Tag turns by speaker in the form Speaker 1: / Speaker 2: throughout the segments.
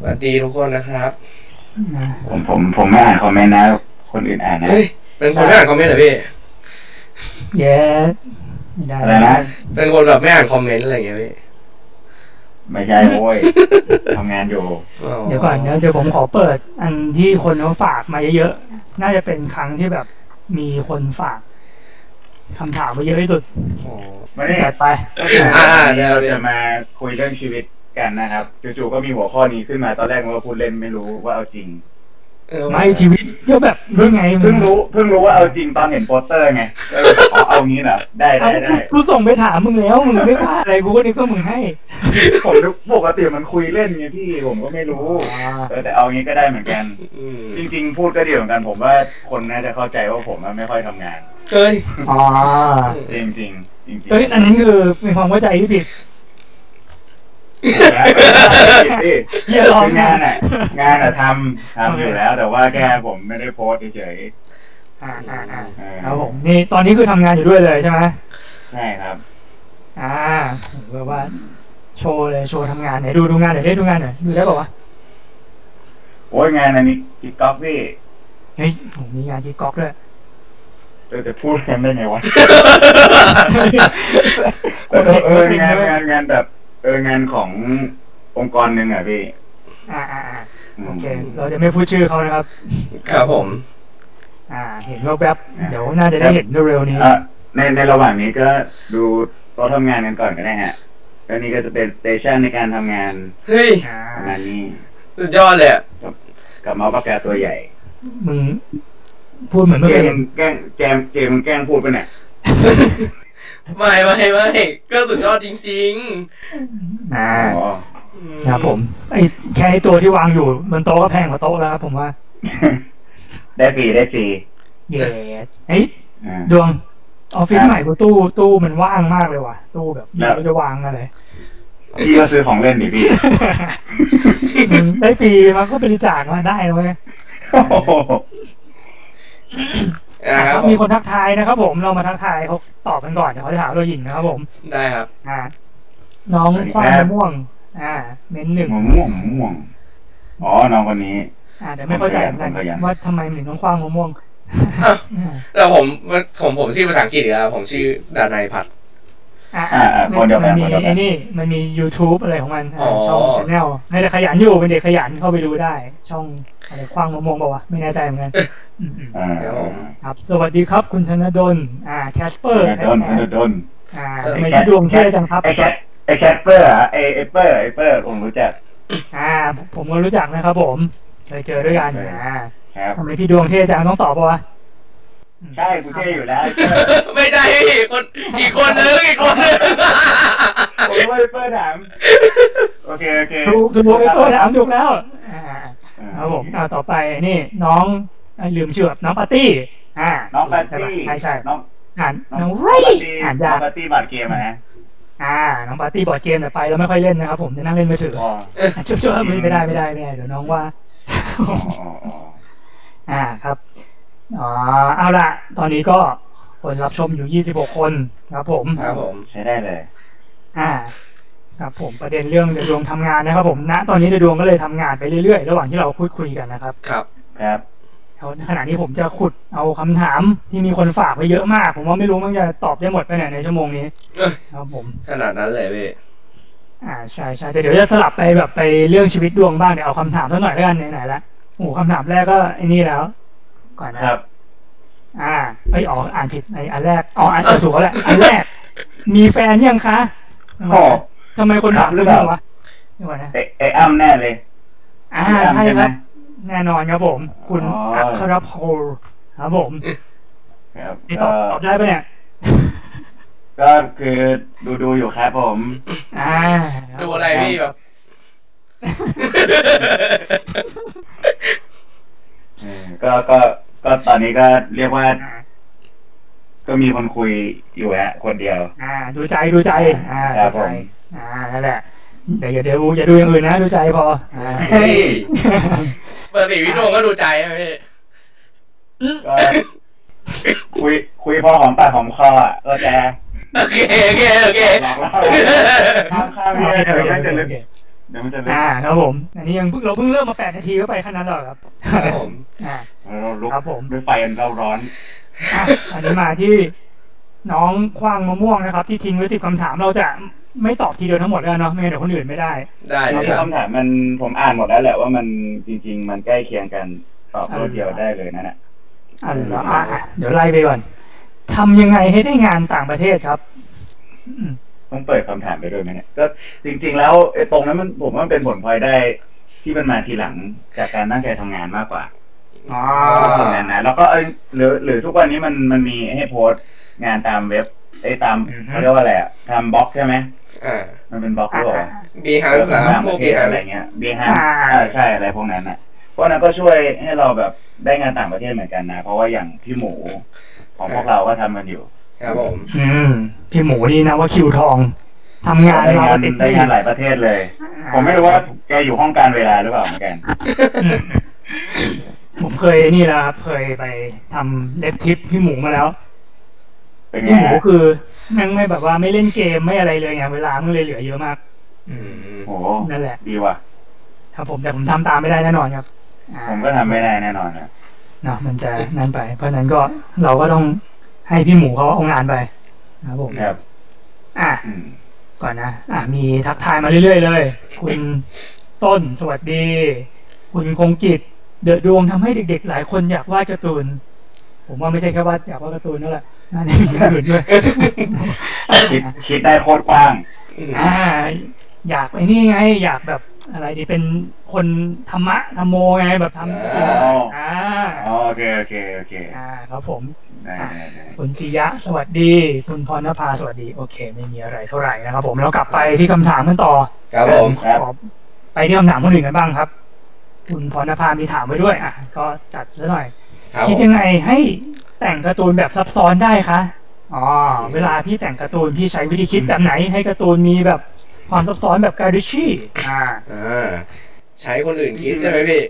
Speaker 1: สวัสดีทุกคนนะครับ
Speaker 2: ผมผมผมไม่อ่านคอมเมนต์นะ คนอื่นอ่านนะ
Speaker 1: เฮ้ย เป็นคนไม่อ่านคอมเมนต์เหรอพี่
Speaker 3: เย้ไม่ได้
Speaker 2: อะไรนะ
Speaker 1: เป็นคนแบบไม่อ่านคอมเมนต์อะไรอย่างเงี้ยพี่
Speaker 2: ไม่ใช่โว้ยทำงานอยู่
Speaker 1: อ๋อ
Speaker 3: เดี๋ยวก่อนเดี๋ยวเดี๋ยวผมขอเปิด อันที่คนเขาฝากมาเยอะๆน่าจะเป็นครั้งที่แบบมีคนฝากคำถามมาเยอะที่สุด
Speaker 1: อ๋อ
Speaker 2: ไม่ได้
Speaker 3: จัดไป
Speaker 1: อ่า
Speaker 2: วัน
Speaker 1: ได้
Speaker 2: นี้
Speaker 1: ครับ
Speaker 2: เราจะมาคุยเรื่องชีวิตกันนะครับจู่ๆก็มีหัวข้อนี้ขึ้นมาตอนแรกนึกว่าพูดเล่นไม่รู้ว่าเอาจริง
Speaker 1: เออ
Speaker 3: ไม่ชีวิตก็แบบเรื่องไง
Speaker 2: เพิ่งรู้เพิ่งรู้ว่าเอาจริงตอนเห็นโปสเตอร์ไงเออเอาเอางี้เหรอได้
Speaker 3: เอา
Speaker 2: ได้ได้
Speaker 3: กูส่งไปถามมึงแล้วมึงไม่ว่าอะไรกูก็นึกว่ามึงให้
Speaker 2: ผมนึกปกติมันคุยเล่นไงพี่ผมก็ไม่รู้เออแต่เอางี้ก็ได้เหมือนกัน
Speaker 1: อืม
Speaker 2: จริงๆ พูดก็ดีเหมือนกันผมว่าคนน่าจะเข้าใจว่าผมอะไม่ค่อยทำงาน
Speaker 1: เฮ้ย
Speaker 3: อ๋อ
Speaker 2: จริงๆจริงๆจริง
Speaker 3: เอ้ยอันนั้นคือมีความเข้าใจที่ผิด
Speaker 2: ๆ
Speaker 3: อย่าลอง
Speaker 2: คืงานอ่ะ งานอ่ะทำทำอยู่แล้ว แต่ว่าแค่ผมไม่ได้โพสต์เฉย
Speaker 3: อ่าอ่าอ่า
Speaker 2: ๆเออ
Speaker 3: ครับผมนี่ตอนนี้คือทำงานอยู่ด้วยเลยใช่ไหม
Speaker 2: ใช่ครับ
Speaker 3: อ่าผมแบบว่า โชว์เลยโชว์ทำงานไหนดูดูงานหน่อยได้ดูงานหน่อยดูได้ป่าวะ
Speaker 2: โอ้ยงานอันนี้กิ๊กก๊อกพี่
Speaker 3: เฮ้ยผมมีงานที่ก๊อกด้วย
Speaker 2: เออแต่พูดกันได้ไงวะเออเอองานงานงานแบบ เอองานขององค์กรหนึ่งอ่ะพี่
Speaker 3: อ่าอ่าอ่า
Speaker 2: อืม
Speaker 3: โอเคเราจะไม่พูดชื่อเขานะครับ
Speaker 1: ครับผม
Speaker 3: อ่า เห็นแวบๆเดี๋ยวน่าจะได้เห็นเร็วๆนี้
Speaker 2: เอ่อในในระหว่างนี้ก็ดูโต๊ะทำงานกันก่อนก็ได้ฮะแล้วนี่ก็จะเป็นสเตชันในการทำงาน
Speaker 1: เฮ้ย
Speaker 3: อ่า
Speaker 2: ทำงานนี้
Speaker 1: สุดยอดเลยอะ
Speaker 2: กับเมาส์ปากกาตัวใหญ่
Speaker 3: มึงพูดเหมือนไม่
Speaker 2: เจ
Speaker 3: เคย
Speaker 2: ม
Speaker 3: เห็น
Speaker 2: แกล้งแจมเจมแกล้งพูดไปเนี่ย
Speaker 1: ไม่ไม่ไม่ก็สุดยอดจริง
Speaker 3: อ่า
Speaker 2: อ๋อ
Speaker 1: ๆอื
Speaker 3: ครับผมไอ้แค่ไอ้ตัวที่วางอยู่บนโต๊ะก็แพงกว่าโต๊ะแล้วครับผมว่า
Speaker 2: ได้ฟรีได้ฟรี
Speaker 3: เย่เอ้ย
Speaker 2: อ่า
Speaker 3: ดวงออฟฟิศ
Speaker 2: ครับ
Speaker 3: ใหม่กูตู้ตู้มันว่างมากเลยว่ะ ตู้แบบ
Speaker 2: ครับ
Speaker 3: เราจะวางอะไร
Speaker 2: พี่ก็ซื้อของเล่นดิพี่
Speaker 3: มึงได้ฟรีมันก็บริจาคมาได้นะเลย
Speaker 2: โอ้โห
Speaker 1: อ่าครับผ
Speaker 3: มีค
Speaker 1: ม
Speaker 3: นทักทายนะครับผมเรามาทักทายเขาตอบกันก่อนเดี๋ยวเขาจะหาเราหญิงนะครับผม
Speaker 1: ได้ครับ
Speaker 3: อ่า น้องควายมะม่วง อ่า เม้นหนึ่ง
Speaker 2: มะม่วงมะม่วงอ๋อน้องคนนี้
Speaker 3: อ่าเดี๋ยวไม่เข้าใจเหมือนกัน
Speaker 2: ผมพยายาม
Speaker 3: ว่าทำไมถึงต้องควางมะม่วง
Speaker 1: อ้าว
Speaker 3: อ่า
Speaker 1: แต่ผมผมผมชื่อภาษาอังกฤษเหรอผมชื่อดานายพัด
Speaker 3: อ่า
Speaker 2: อ่าอ่าคนเดียวกั
Speaker 3: มัน มี
Speaker 2: คนเดียวกัน
Speaker 3: ไอ้นี่ มันมี YouTube อะไรของมัน
Speaker 1: อ๋
Speaker 3: อ่า
Speaker 1: อ
Speaker 3: ช่องชาแนลในเด็กขยันอยู่ เป็นเด็กขยันเข้าไปดูได้ ช่องอะไรคว้างมะม่วงเปล่าวะ ไม่แน่ใจเหมือนกันอืม
Speaker 2: อ่า
Speaker 1: ครับผม
Speaker 3: ๆครับ สวัสดีครับคุณธนดล อ่า แคสเปอร์
Speaker 2: โดนโดน
Speaker 3: อ่าทำไมพี่ดวงเท่จังครับ
Speaker 2: ไอแคทไอแคทเปอร์อะไอไอเปอร์ไอเปอร์ผมรู้จัก
Speaker 3: อ่า ผมก็รู้จักนะครับผม เคยเจอด้วยกัน อ่า
Speaker 2: ครับ
Speaker 3: ทำไมพี่ดวงเท่จังต้องตอบปะวะ
Speaker 2: ใช่กูเท่อยู่แล้วไอ้เปอร ์
Speaker 1: ไม่ได้อีกคนอีกคนนึงอีกคนนึง
Speaker 2: ผมรู้ว่าเปิ้ลถามโอเคโอเค
Speaker 3: ถูกถูกเออถามถูกแล้ว อ่า
Speaker 2: อ่า
Speaker 3: ครับผมอ่าต่อไปนี่ น้องเอ้ยลืมชื่อแบบน้องปาร์ตี้ อ่า
Speaker 2: น้องปาร์ตี้
Speaker 3: ใช่ปะใช่ใช่
Speaker 2: น้อง
Speaker 3: อ่านน้อง
Speaker 2: ปา
Speaker 3: ไร่
Speaker 2: ร์ตี้
Speaker 3: อ่าน
Speaker 2: น้
Speaker 3: ยา
Speaker 2: อก งปาร์ตี้บาดเกมอะนะ
Speaker 3: อ่า น้องปาร์ตี้บอร์ดเกมแต่ไปแล้วไม่ค่อยเล่นนะครับผมจะนั่งเล่นมือถือ
Speaker 2: อ๋อ
Speaker 3: อ่ะชุบชุบไม่ไม่ได้ไม่ได้ไม่ได้เดี๋ยวน้องว่า
Speaker 2: อ๋ออ๋ออ๋อ
Speaker 3: อ่าครับอ๋อเอาละตอนนี้ก็คนรับชมอยู่ 26 คนครับผม
Speaker 1: ครับผม
Speaker 2: ใช้ได้เลย
Speaker 3: อ่า ครับผมประเด็นเรื่องเดยวดวงทำงานนะครับ ผมณตอนนี้เดยวดวงก็เลยทำงานไปเรื่อยๆ ระหว่างที่เราพูดคุยกันนะครับ
Speaker 1: ครับ
Speaker 2: ครับ
Speaker 3: เอาขณะนี้ผมจะขุดเอาคำถามที่มีคนฝากไปเยอะมาก ผมว่าไม่รู้มันจะตอบได้หมดไปไหนในชั่วโมงนี้
Speaker 1: เอ้ย
Speaker 3: ครับผม
Speaker 1: ขนาดนั้นเลยพี่
Speaker 3: อ่าใช่ใช่แต่เดี๋ยวจะสลับไปแบบไปเรื่องชีวิตดวงบ้างเดี๋ยวเอาคำถามสักหน่อยแล้วกันไหนๆละโอ้โหคำถามแรกก็ไอ้นี่แล้ว ก่อนนะครับ อ่าไอยอ๋ออ่านผิดไออันแรกอ๋ออ่านถูกแล้วแหละอันแรก มีแฟนยังคะทำไม
Speaker 2: อ๋อ
Speaker 3: ทำไมคนถามเรื่องนี้
Speaker 2: ครับ
Speaker 3: วะเดี๋ยวก่อนนะ
Speaker 2: ไอไออ้ำแน่เลย
Speaker 3: อ่า
Speaker 2: ไอ้อ้ำ
Speaker 3: ใช่ค
Speaker 2: ไหม
Speaker 3: รับแน่นอนครับผม คุณ
Speaker 2: อ๋ออั
Speaker 3: อัครพลครับผม
Speaker 2: ครับ
Speaker 3: นี่ต
Speaker 2: ก็
Speaker 3: อบตอบได้ปะเนี่ย
Speaker 2: ก็คือดูดูอยู่ครับผม
Speaker 3: อ่า
Speaker 1: ดูอะไรพี่แบบ
Speaker 2: เออก็ก็ก็ตอนนี้ก็เรียกว่าก็มีคนคุยอยู่ฮะคนเดียว
Speaker 3: อ่า ดูใจดูใจ อ่า
Speaker 2: ครับ
Speaker 3: ดู
Speaker 2: ผ
Speaker 3: ใจ
Speaker 2: ม
Speaker 3: อ่านั่นแหละแต่อย่าเดี๋ยวอย่าดูอย่างอื่นนะ ดูใจพออ่า
Speaker 1: เฮ้ย ปกติพี่ดวงก็ดูใจไหมพี่
Speaker 2: ก็คุยคุยพอหอมปากหอมคออะก็จะ
Speaker 1: โอเคโอเคโอเค
Speaker 2: หลอกเล่าข้ามข้ามเรื่องเดี๋ยวไม่จะลึก เดี๋ยวมันจะเล็ก
Speaker 3: อ่าครับผม อันนี้ยังเพิ่งเราเพิ่งเริ่มมาแปดนาทีก็ไปขนาดหรอกครับ
Speaker 1: ครับผม
Speaker 3: อ่า
Speaker 2: เราลุก
Speaker 3: ครับผม
Speaker 2: ด้วยไฟอันเราร้อน
Speaker 3: อ่ะอันนี้มาที่น้องคว้างมะม่วงนะครับ ที่ทิ้งไว้สิบคำถามเราจะไม่ตอบทีเดียวทั้งหมดแล้วกันเนาะไม่งั้นเดี๋ยวคนอื่นไม่ได้
Speaker 1: ได้เลยครับ
Speaker 2: คำถามมันผมอ่านหมดแล้วแหละว่ามันจริง ๆ มันใกล้เคียงกันตอบรวดเดียวได้เลยนั่นแหละ
Speaker 3: อันละอ่ะอ่ะเดี๋ยวไล่ไปก่อนทำยังไงให้ได้งานต่างประเทศครับ อืม
Speaker 2: ต้องเปิดคำถามไปด้วยไหมเนี่ยก็จริง ๆ แล้วไอ้ตรงนั้นมันผมว่ามันเป็นผลพลอยได้ที่มันมาทีหลังจากการตั้งใจทำงานมากกว่า
Speaker 3: อ๋อ
Speaker 2: ตรงนั้นนะแล้วก็เอ้ยหรือหรือทุกวันนี้มันมันมีให้โพสต์งานตามเว็บไอ้ตาม
Speaker 1: อือฮึ
Speaker 2: เขาเรียกว่าอะไรอะทำบล็อกใช่ไหม
Speaker 1: อ่า
Speaker 2: มันเป็นบล็อกหรือเปล่า
Speaker 1: บีฮันส์ครับพวกบีฮัน
Speaker 2: อะไร
Speaker 1: ส์
Speaker 2: เงี้ยเบฮันใช่อะไรพวกนั้นอ่ะพวกนั้นก็ช่วยให้เราแบบได้งานต่างประเทศเหมือนกันนะ เพราะว่าอย่างพี่หมูของพวกเราก็ทำกันอยู่
Speaker 1: ครับผม
Speaker 3: อืมพี่หมูนี่นะว่าคิวทองทำงาน
Speaker 2: ได้
Speaker 3: เรา
Speaker 2: งาน
Speaker 3: ติด
Speaker 2: ได้
Speaker 3: ที่
Speaker 2: งานหลายประเทศเลย ผมไม่รู้ว่าแกอยู่ห้องการเวลาหรือเปล่าเหมือนกัน
Speaker 3: อืมผมเคยนี่แล้วครับเคยไปทำเลดทิปพี่หมูมาแล้ว
Speaker 2: เป็นไง
Speaker 3: พี่หมู
Speaker 2: ฮะ
Speaker 3: คือแม่งไม่แบบว่าไม่เล่นเกมไม่อะไรเลยไงเวลามันเลยเหลือเยอะมาก
Speaker 1: อืม
Speaker 2: โอ้โห
Speaker 3: นั่นแหละ
Speaker 2: ดีว่ะ
Speaker 3: ครับผมแต่ผมทำตามไม่ได้แน่นอนครับอ่า
Speaker 2: ผมก็ทำไม่ได้แน่นอนนะ
Speaker 3: เนาะมันจะนั่นไป เพราะฉะนั้นก็เราก็ต้องให้พี่หมูเขาเอางานไปนะครับผม
Speaker 2: ครับ
Speaker 3: อ่ะ
Speaker 2: อืม
Speaker 3: ก่อนนะอ่ะมีทักทายมาเรื่อยๆเลย คุณต้นสวัสดี คุณคงกิจเดือดดวงทำให้เด็กๆ หลายคนอยากวาดการ์ตูน ผมว่าไม่ใช่แค่วาดอยากวาดการ์ตูนนั่นแหละน่าจะมีอย่างอื่นด้วย
Speaker 2: คิดคิดได้โคตรกว้าง
Speaker 1: อืม
Speaker 3: อ่าอยากไอ้นี่ไง อยากแบบอะไรดีเป็นคนธรรมะธรรมโมไงแบบทำ
Speaker 2: อ๋อ
Speaker 3: อ่า
Speaker 2: อ๋อโอเคโอเคโอเค
Speaker 3: อ่าครับผม
Speaker 2: ได้ได้ได้
Speaker 3: คุณปิยะสวัสดี คุณพรณภาสวัสดี โอเค ไม่มีอะไรเท่าไหร่นะครับผมเรากลับไปที่คำถามกันต่อ
Speaker 1: ครับผม
Speaker 2: ครับ
Speaker 3: ขอไปที่คำถามคนอื่นกันบ้างครับ คุณพรณภามีถามไว้ด้วย อ่ะ ก็จัดซะหน่อย
Speaker 1: ครับผ
Speaker 3: คิด
Speaker 1: ม
Speaker 3: ยังไงให้แต่งการ์ตูนแบบซับซ้อนได้คะอ๋อเวลาพี่แต่งการ์ตูนพี่ใช้วิธีคิดแบบไหน ให้การ์ตูนมีแบบความซับซ้อนแบบการิชี่อ่า
Speaker 1: อ่า ใช้คนอื่นคิดใช่ไหมพี่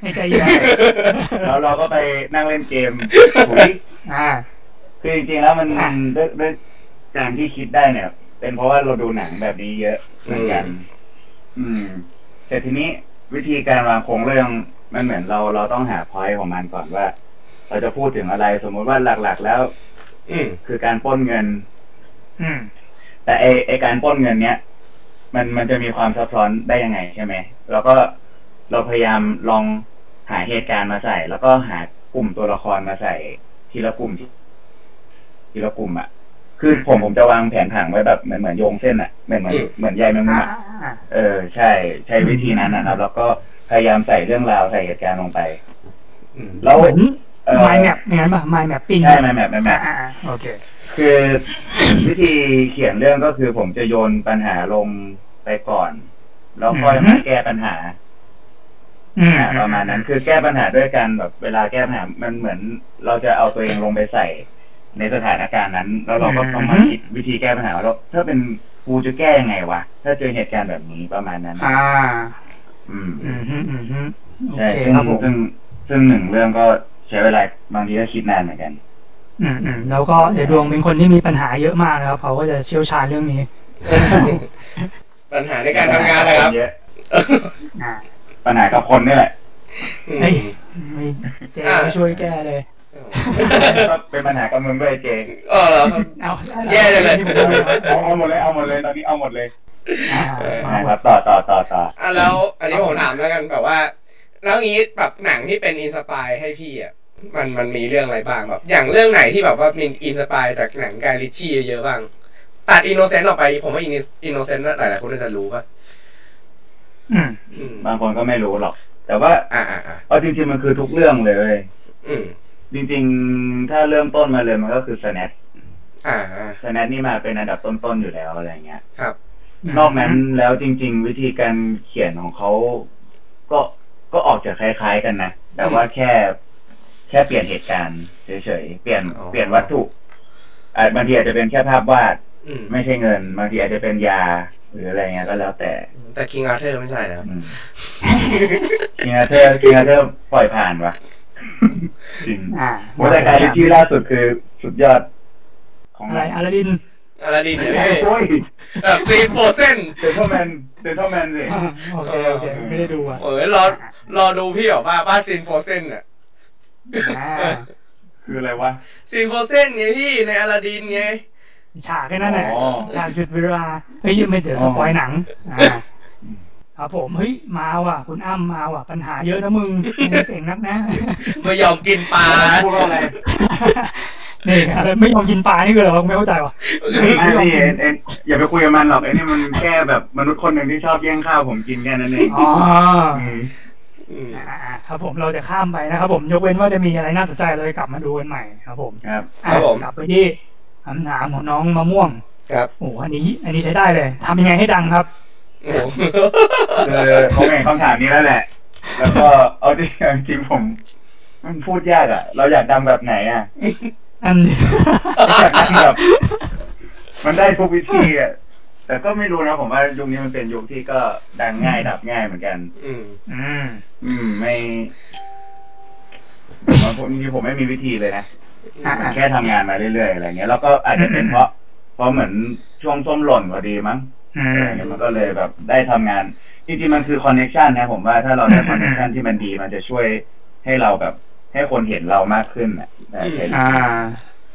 Speaker 3: ให้ใจเย็น
Speaker 2: แล้วเราก็ไปนั่งเล่นเกม หุย
Speaker 3: อ่า
Speaker 2: คือจริงๆแล้ว มัน
Speaker 3: อ่ะ
Speaker 2: ด้วยด้วยการที่คิดได้เนี่ย เป็นเพราะว่าเราดูหนังแบบนี้เยอะเหมือนกัน อืม แต่ทีนี้วิธีการวางโครงเรื่องมันเหมือนเราเราต้องหาพอยต์ของมันก่อนว่า เราจะพูดถึงอะไรสมมติว่าหลักๆ แล้ว
Speaker 1: อืม
Speaker 2: คือการปล้นเงิน
Speaker 3: อืม
Speaker 2: แต่ไอไอการปล้นเงินเนี้ยมันมันจะมีความซับซ้อนได้ยังไงใช่ไหมแล้วก็เราพยายามลองหาเหตุการณ์มาใส่ แล้วก็หากลุ่มตัวละครมาใส่ ทีละกลุ่มทีทีละกลุ่มอ่ะ คือผมผมจะวางแผนผังไว้แบบเหมือนเหมือนโยงเส้นอ่ะเหมือนเหมือน
Speaker 1: อืม
Speaker 2: เหมือนใยแมงมุม
Speaker 3: อ่า
Speaker 2: อ่ะเออใช่ใช้วิธีนั้นนะครับ แล้วก็พยายามใส่เรื่องราวใส่เหตุการณ์ลงไป
Speaker 1: อืม
Speaker 2: แล้ว
Speaker 3: เหมือน
Speaker 2: เอ่อ
Speaker 3: mind map อย่างนั้นป่ะ mind mapping
Speaker 2: ใช่แมปแมปแมปแม
Speaker 3: อ่า
Speaker 2: ป
Speaker 3: อ่าอ่าโอเค
Speaker 2: คือวิธีเขียนเรื่องก็คือผมจะโยนปัญหาลงไปก่อน แล้วค่อย
Speaker 3: อือฮึ
Speaker 2: มาแก้ปัญหา
Speaker 3: อืม
Speaker 2: อ่าประมาณนั้น คือแก้ปัญหาด้วยกันแบบเวลาแก้ปัญหามันเหมือน เราจะเอาตัวเองลงไปใส่ ในสถานการณ์นั้น แล้วเราก็ต้องมาคิดวิธีแก้ปัญหาว่าเราถ้าเป็นกูจะแก้ยังไงวะถ้าเจอเหตุการณ์แบบนี้ประมาณนั้น
Speaker 3: อ่า
Speaker 2: อืม
Speaker 3: อืมฮึอืมฮึโอ
Speaker 2: ใช่
Speaker 3: เค
Speaker 2: ซึ่ง
Speaker 3: ครับผม
Speaker 2: ซึ่งซึ่งหนึ่งเรื่องก็ใช้เวลาบางทีก็คิดนานเหมือนกัน
Speaker 3: อืมอืมแล้วก็เดี๋ยวดวงเป็นคนที่มีปัญหาเยอะมากนะครับ เขาก็จะเชี่ยวชาญเรื่องนี้
Speaker 1: ปัญหาในการทำงานนะครับ
Speaker 2: เยอะ
Speaker 3: อ่า
Speaker 2: ปัญหากับคนนี่แหละ
Speaker 1: อืม
Speaker 3: เอ้ยไม่เจ๊ไม่ช่วยแก้เลย
Speaker 2: ก็เป็นปัญหากับมึงด้วยเจ
Speaker 1: เออเหรอครับ
Speaker 3: เอา
Speaker 1: แย่เลยเลย
Speaker 2: เอาเอาหมดเลยเอาหมดเลยตอนนี้เอาหมดเลย
Speaker 3: อ่ามา
Speaker 2: นะครับต่อต่อต่อต่อ
Speaker 1: อ่ะแล้วอันนี้ผมถามแล้วกันแบบว่า แล้วงี้แบบหนังที่เป็นอินสปายให้พี่อ่ะมันมันมีเรื่องอะไรบ้างแบบ อย่างเรื่องไหนที่แบบว่ามีอินสปายจากหนังกายริชชี่เยอะๆบ้าง ตัดอินโนเซนต์ออกไป ผมว่าอินโนเซนต์หลายๆคนน่าจะรู้ป่ะ
Speaker 3: อืม
Speaker 1: อืม
Speaker 2: บางคนก็ไม่รู้หรอก แต่ว่า
Speaker 1: อ่าอ่าอ่า
Speaker 2: เอาจริงๆมันคือทุกเรื่องเลย
Speaker 1: อืม
Speaker 2: จริงๆ ถ้าเริ่มต้นมาเลยมันก็คือสแนท
Speaker 1: อ่าอ่า
Speaker 2: สแนทนี่มาเป็นอันดับต้นๆอยู่แล้วอะไรเงี้ย
Speaker 1: ครับ
Speaker 2: นอกนั้นแล้วจริง ๆ วิธีการเขียนของเขาก็ก็ออกจากคล้าย ๆกันนะแต่ว่าแค่ แค่เปลี่ยนเหตุการณ์เฉยๆเปลี่ยน
Speaker 1: อ๋อ
Speaker 2: เปลี่ยนวัตถุอาจบางทีอาจจะเป็นแค่ภาพวาด
Speaker 1: อืม
Speaker 2: ไม่ใช่เงินบางทีอาจจะเป็นยา หรืออะไรเงี้ยก็แล้วแต่
Speaker 1: แต่คิงอาร์เธอร์ไม่ใช่ นะครับ
Speaker 2: กินอาเธอร์กินอาเธอร์ปล่อยผ่าน วะจริง
Speaker 3: อ่า
Speaker 2: โอ้แต่การที่ล่าสุดคือสุดยอดของ
Speaker 3: อะไรอาลาดิน
Speaker 1: อลาดินเนี่ยพี่
Speaker 2: โอ้ย
Speaker 1: แบบซีนโฟเซน
Speaker 2: เซนทรัลแมนเซนทรัลแมนเลย
Speaker 3: อ่าโอเคโอเคไม่ได้ดูอ่ะ
Speaker 1: โอ้ยรอรอดูพี่บอกว่าป้าซีนโฟเซนอ่ะ
Speaker 3: อ ่า
Speaker 2: คืออะไรวะ
Speaker 1: ซีนโฟเซนไงพี่ในอลาดินไง
Speaker 3: ฉากแค่นั้นแหละ
Speaker 2: อ๋อ
Speaker 3: ฉากจุดเวลาเฮ้ยยังไม่เดี๋ยวสปอยหนังอ่าครับผมเฮ้ยมาว่ะ คุณอ้ำมาว่ะ ปัญหาเยอะนะมึงไม่ได้เก่งนักนะ
Speaker 1: ไม่ยอมกินปลา
Speaker 2: พูดว่าอะไร
Speaker 3: นี่อะไรไม่ยอมกินปลานี่คืออะไรวะไม่เข้าใจว่ะ
Speaker 2: ไม่ไม่เอ็นเอ็นอย่าไปคุยกับมันหรอกไอ้นี่มันแค่แบบมนุษย์คนหนึ่งที่ชอบแย่งข้าวผมกินแค่นั้นเอง
Speaker 3: อ๋อ
Speaker 2: ม
Speaker 1: อืม
Speaker 3: อ่าอ่าครับผมเราจะข้ามไปนะครับผมยกเว้นว่าจะมีอะไรน่าสนใจเราจะกลับมาดูกันใหม่ครับผม
Speaker 2: ครับ
Speaker 1: ครับผม
Speaker 3: กลับไปที่คำถามของน้องมะม่วง
Speaker 1: ครับ
Speaker 3: โอ้โหอันนี้ อันนี้ใช้ได้เลยทำยังไงให้ดังครับ
Speaker 1: โอ้โห
Speaker 2: เออเขาเห็นคำถามนี้แล้วแหละ แล้วก็เอาจริงจริงผม มันพูดยากอ่ะ เราอยากดังแบบไหนอ่ะ
Speaker 3: อัน
Speaker 2: อยากดังแบบ มันได้ทุกวิธีอ่ะแต่ก็ไม่รู้นะผมว่ายุคนี้มันเป็นยุคที่ก็ดังง่ายดับง่ายเหมือนกัน
Speaker 1: อืม
Speaker 3: อืม
Speaker 2: อืมไม่ผมว่าผมจริงๆผมไม่มีวิธีเลยนะ
Speaker 3: อ่า
Speaker 2: แค่ทำงานมาเรื่อยๆอะไรเงี้ยแล้วก็อาจจะเป็นเพราะเพราะเหมือนช่วงส้มหล่นพอดีมั้ง
Speaker 3: อื
Speaker 2: อะไร
Speaker 3: ม
Speaker 2: เงี้ยมันก็เลยแบบได้ทำงานจริงๆมันคือคอนเนคชันนะผมว่าถ้าเราได้คอนเนคชันที่มันดีมันจะช่วยให้เราแบบ ให้คนเห็นเรามากขึ้นอ่ะแต่เห็น
Speaker 3: อ่า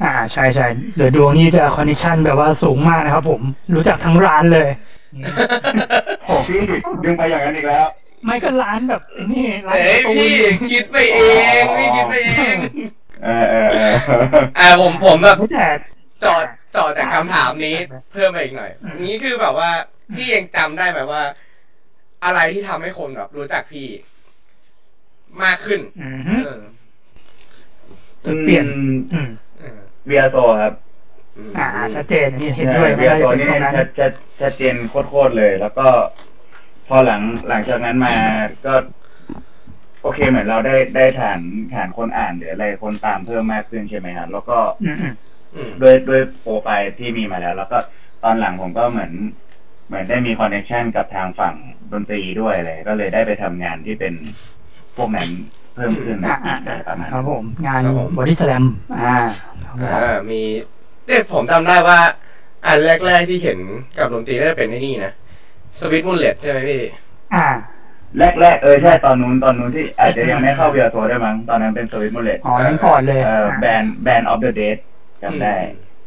Speaker 3: อ่าใช่ใช่เดี๋ยวดวงนี้จะคอนเนคชันแบบว่าสูงมากนะครับผมรู้จักทั้งร้านเลย
Speaker 2: โหพี่ดึงไปอย่างนั้นอีกแล้ว
Speaker 3: ไม่ก็ร้านแบบไอ้นี่ร้าน
Speaker 1: เฮ้ย
Speaker 3: การ์ตูน
Speaker 1: พี่คิดไปเองพี่คิดไปเอง
Speaker 2: เออเออเออ
Speaker 1: อ่าผมผมแบบ
Speaker 3: แต่
Speaker 1: จอดจอดจากคำถามนี้เพิ่มไปอีกหน่อย
Speaker 3: อืม
Speaker 1: นี้คือแบบว่าพี่ยังจำได้แบบว่า อะไรที่ทำให้คนแบบรู้จักพี่ มากขึ้น
Speaker 3: อืม
Speaker 1: เออ
Speaker 3: จุดเปลี่ยน
Speaker 2: อืม
Speaker 3: อืม
Speaker 1: เออ
Speaker 2: เวียโซครับ
Speaker 1: อืม
Speaker 3: อ่าชัดเจนอันนี่เห็นด้วย
Speaker 2: เวีย
Speaker 3: ไม่
Speaker 2: โซ
Speaker 3: ได้
Speaker 2: นี่
Speaker 3: เป็นตรงนั้น
Speaker 2: ชัดชัดชัดเจนโคตรๆเลย แล้วก็ พอหลังหลังจากนั้นมาก็ โอเคเหมือนเราได้ได้ฐานฐานคนอ่านหรืออะไรคนตามเพิ่มมากขึ้นใช่ไหมครับแล้วก็
Speaker 3: อืมอืม
Speaker 1: อืม
Speaker 2: ด้วยด้วยโปรไฟล์ที่มีมาแล้ว แล้วก็ตอนหลังผมก็เหมือน เหมือนได้มีคอนเนคชันกับทางฝั่งดนตรีด้วยอะไรก็เลยได้ไปทำงานที่เป็นพวกนั้นเพิ่มขึ้น
Speaker 3: อ่าอ่า
Speaker 2: อะไรประมาณ
Speaker 3: ครับ
Speaker 2: นั้น
Speaker 3: ผม งานบอดี้สแลมอ่าครับผม
Speaker 1: อ่ามีเด็ผมจำได้ว่า อันแรก ๆที่เห็นกับดนตรีน่าจะเป็นไอ้นี่นะสวิตมูลเลตใช่ไหมพี่
Speaker 3: อ่า
Speaker 2: แรกๆเออใช่ตอนนู้นตอนนู้นที่อาจจะยังไม่เข้าเวียโซได้วยมั้งตอนนั้นเป็นสวิตมูเลต
Speaker 3: อ๋อนั้นก่อนเลย
Speaker 2: เอ่อแบรนด์แบรนด์ออฟเดอะเดทจำได้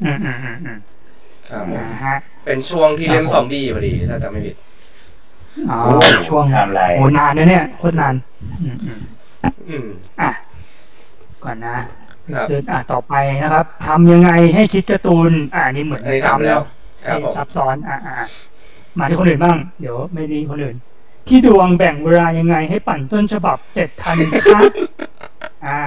Speaker 3: อืมอืมอืมอืม
Speaker 1: ครับผม
Speaker 3: อ่าฮะ
Speaker 1: เป็นช่วงที่เล่นซอมบี้พอดีถ้าจำไม่ผิด
Speaker 3: อ๋อ
Speaker 2: โอ้โห
Speaker 3: ช่วง
Speaker 2: ไทม์ไลน์
Speaker 3: โหนานนะเนี่ยโคตรนานอืมอืม
Speaker 1: อืม
Speaker 3: อ่ะก่อนนะครับ เดินอ่ะต่อไปนะครับทำยังไงให้คิดการ์ตูนอ่านี่เหมือน
Speaker 1: อันนี้ทำแล้ว ครับผม
Speaker 3: ให้ซับซ้อนอ่ะอ่ะอ่ะมาที่คนอื่นบ้าง เดี๋ยวไม่ดีคนอื่น ที่ดวงแบ่งเวลายังไงให้ปั่นต้นฉบับเสร็จทัน คะอ่า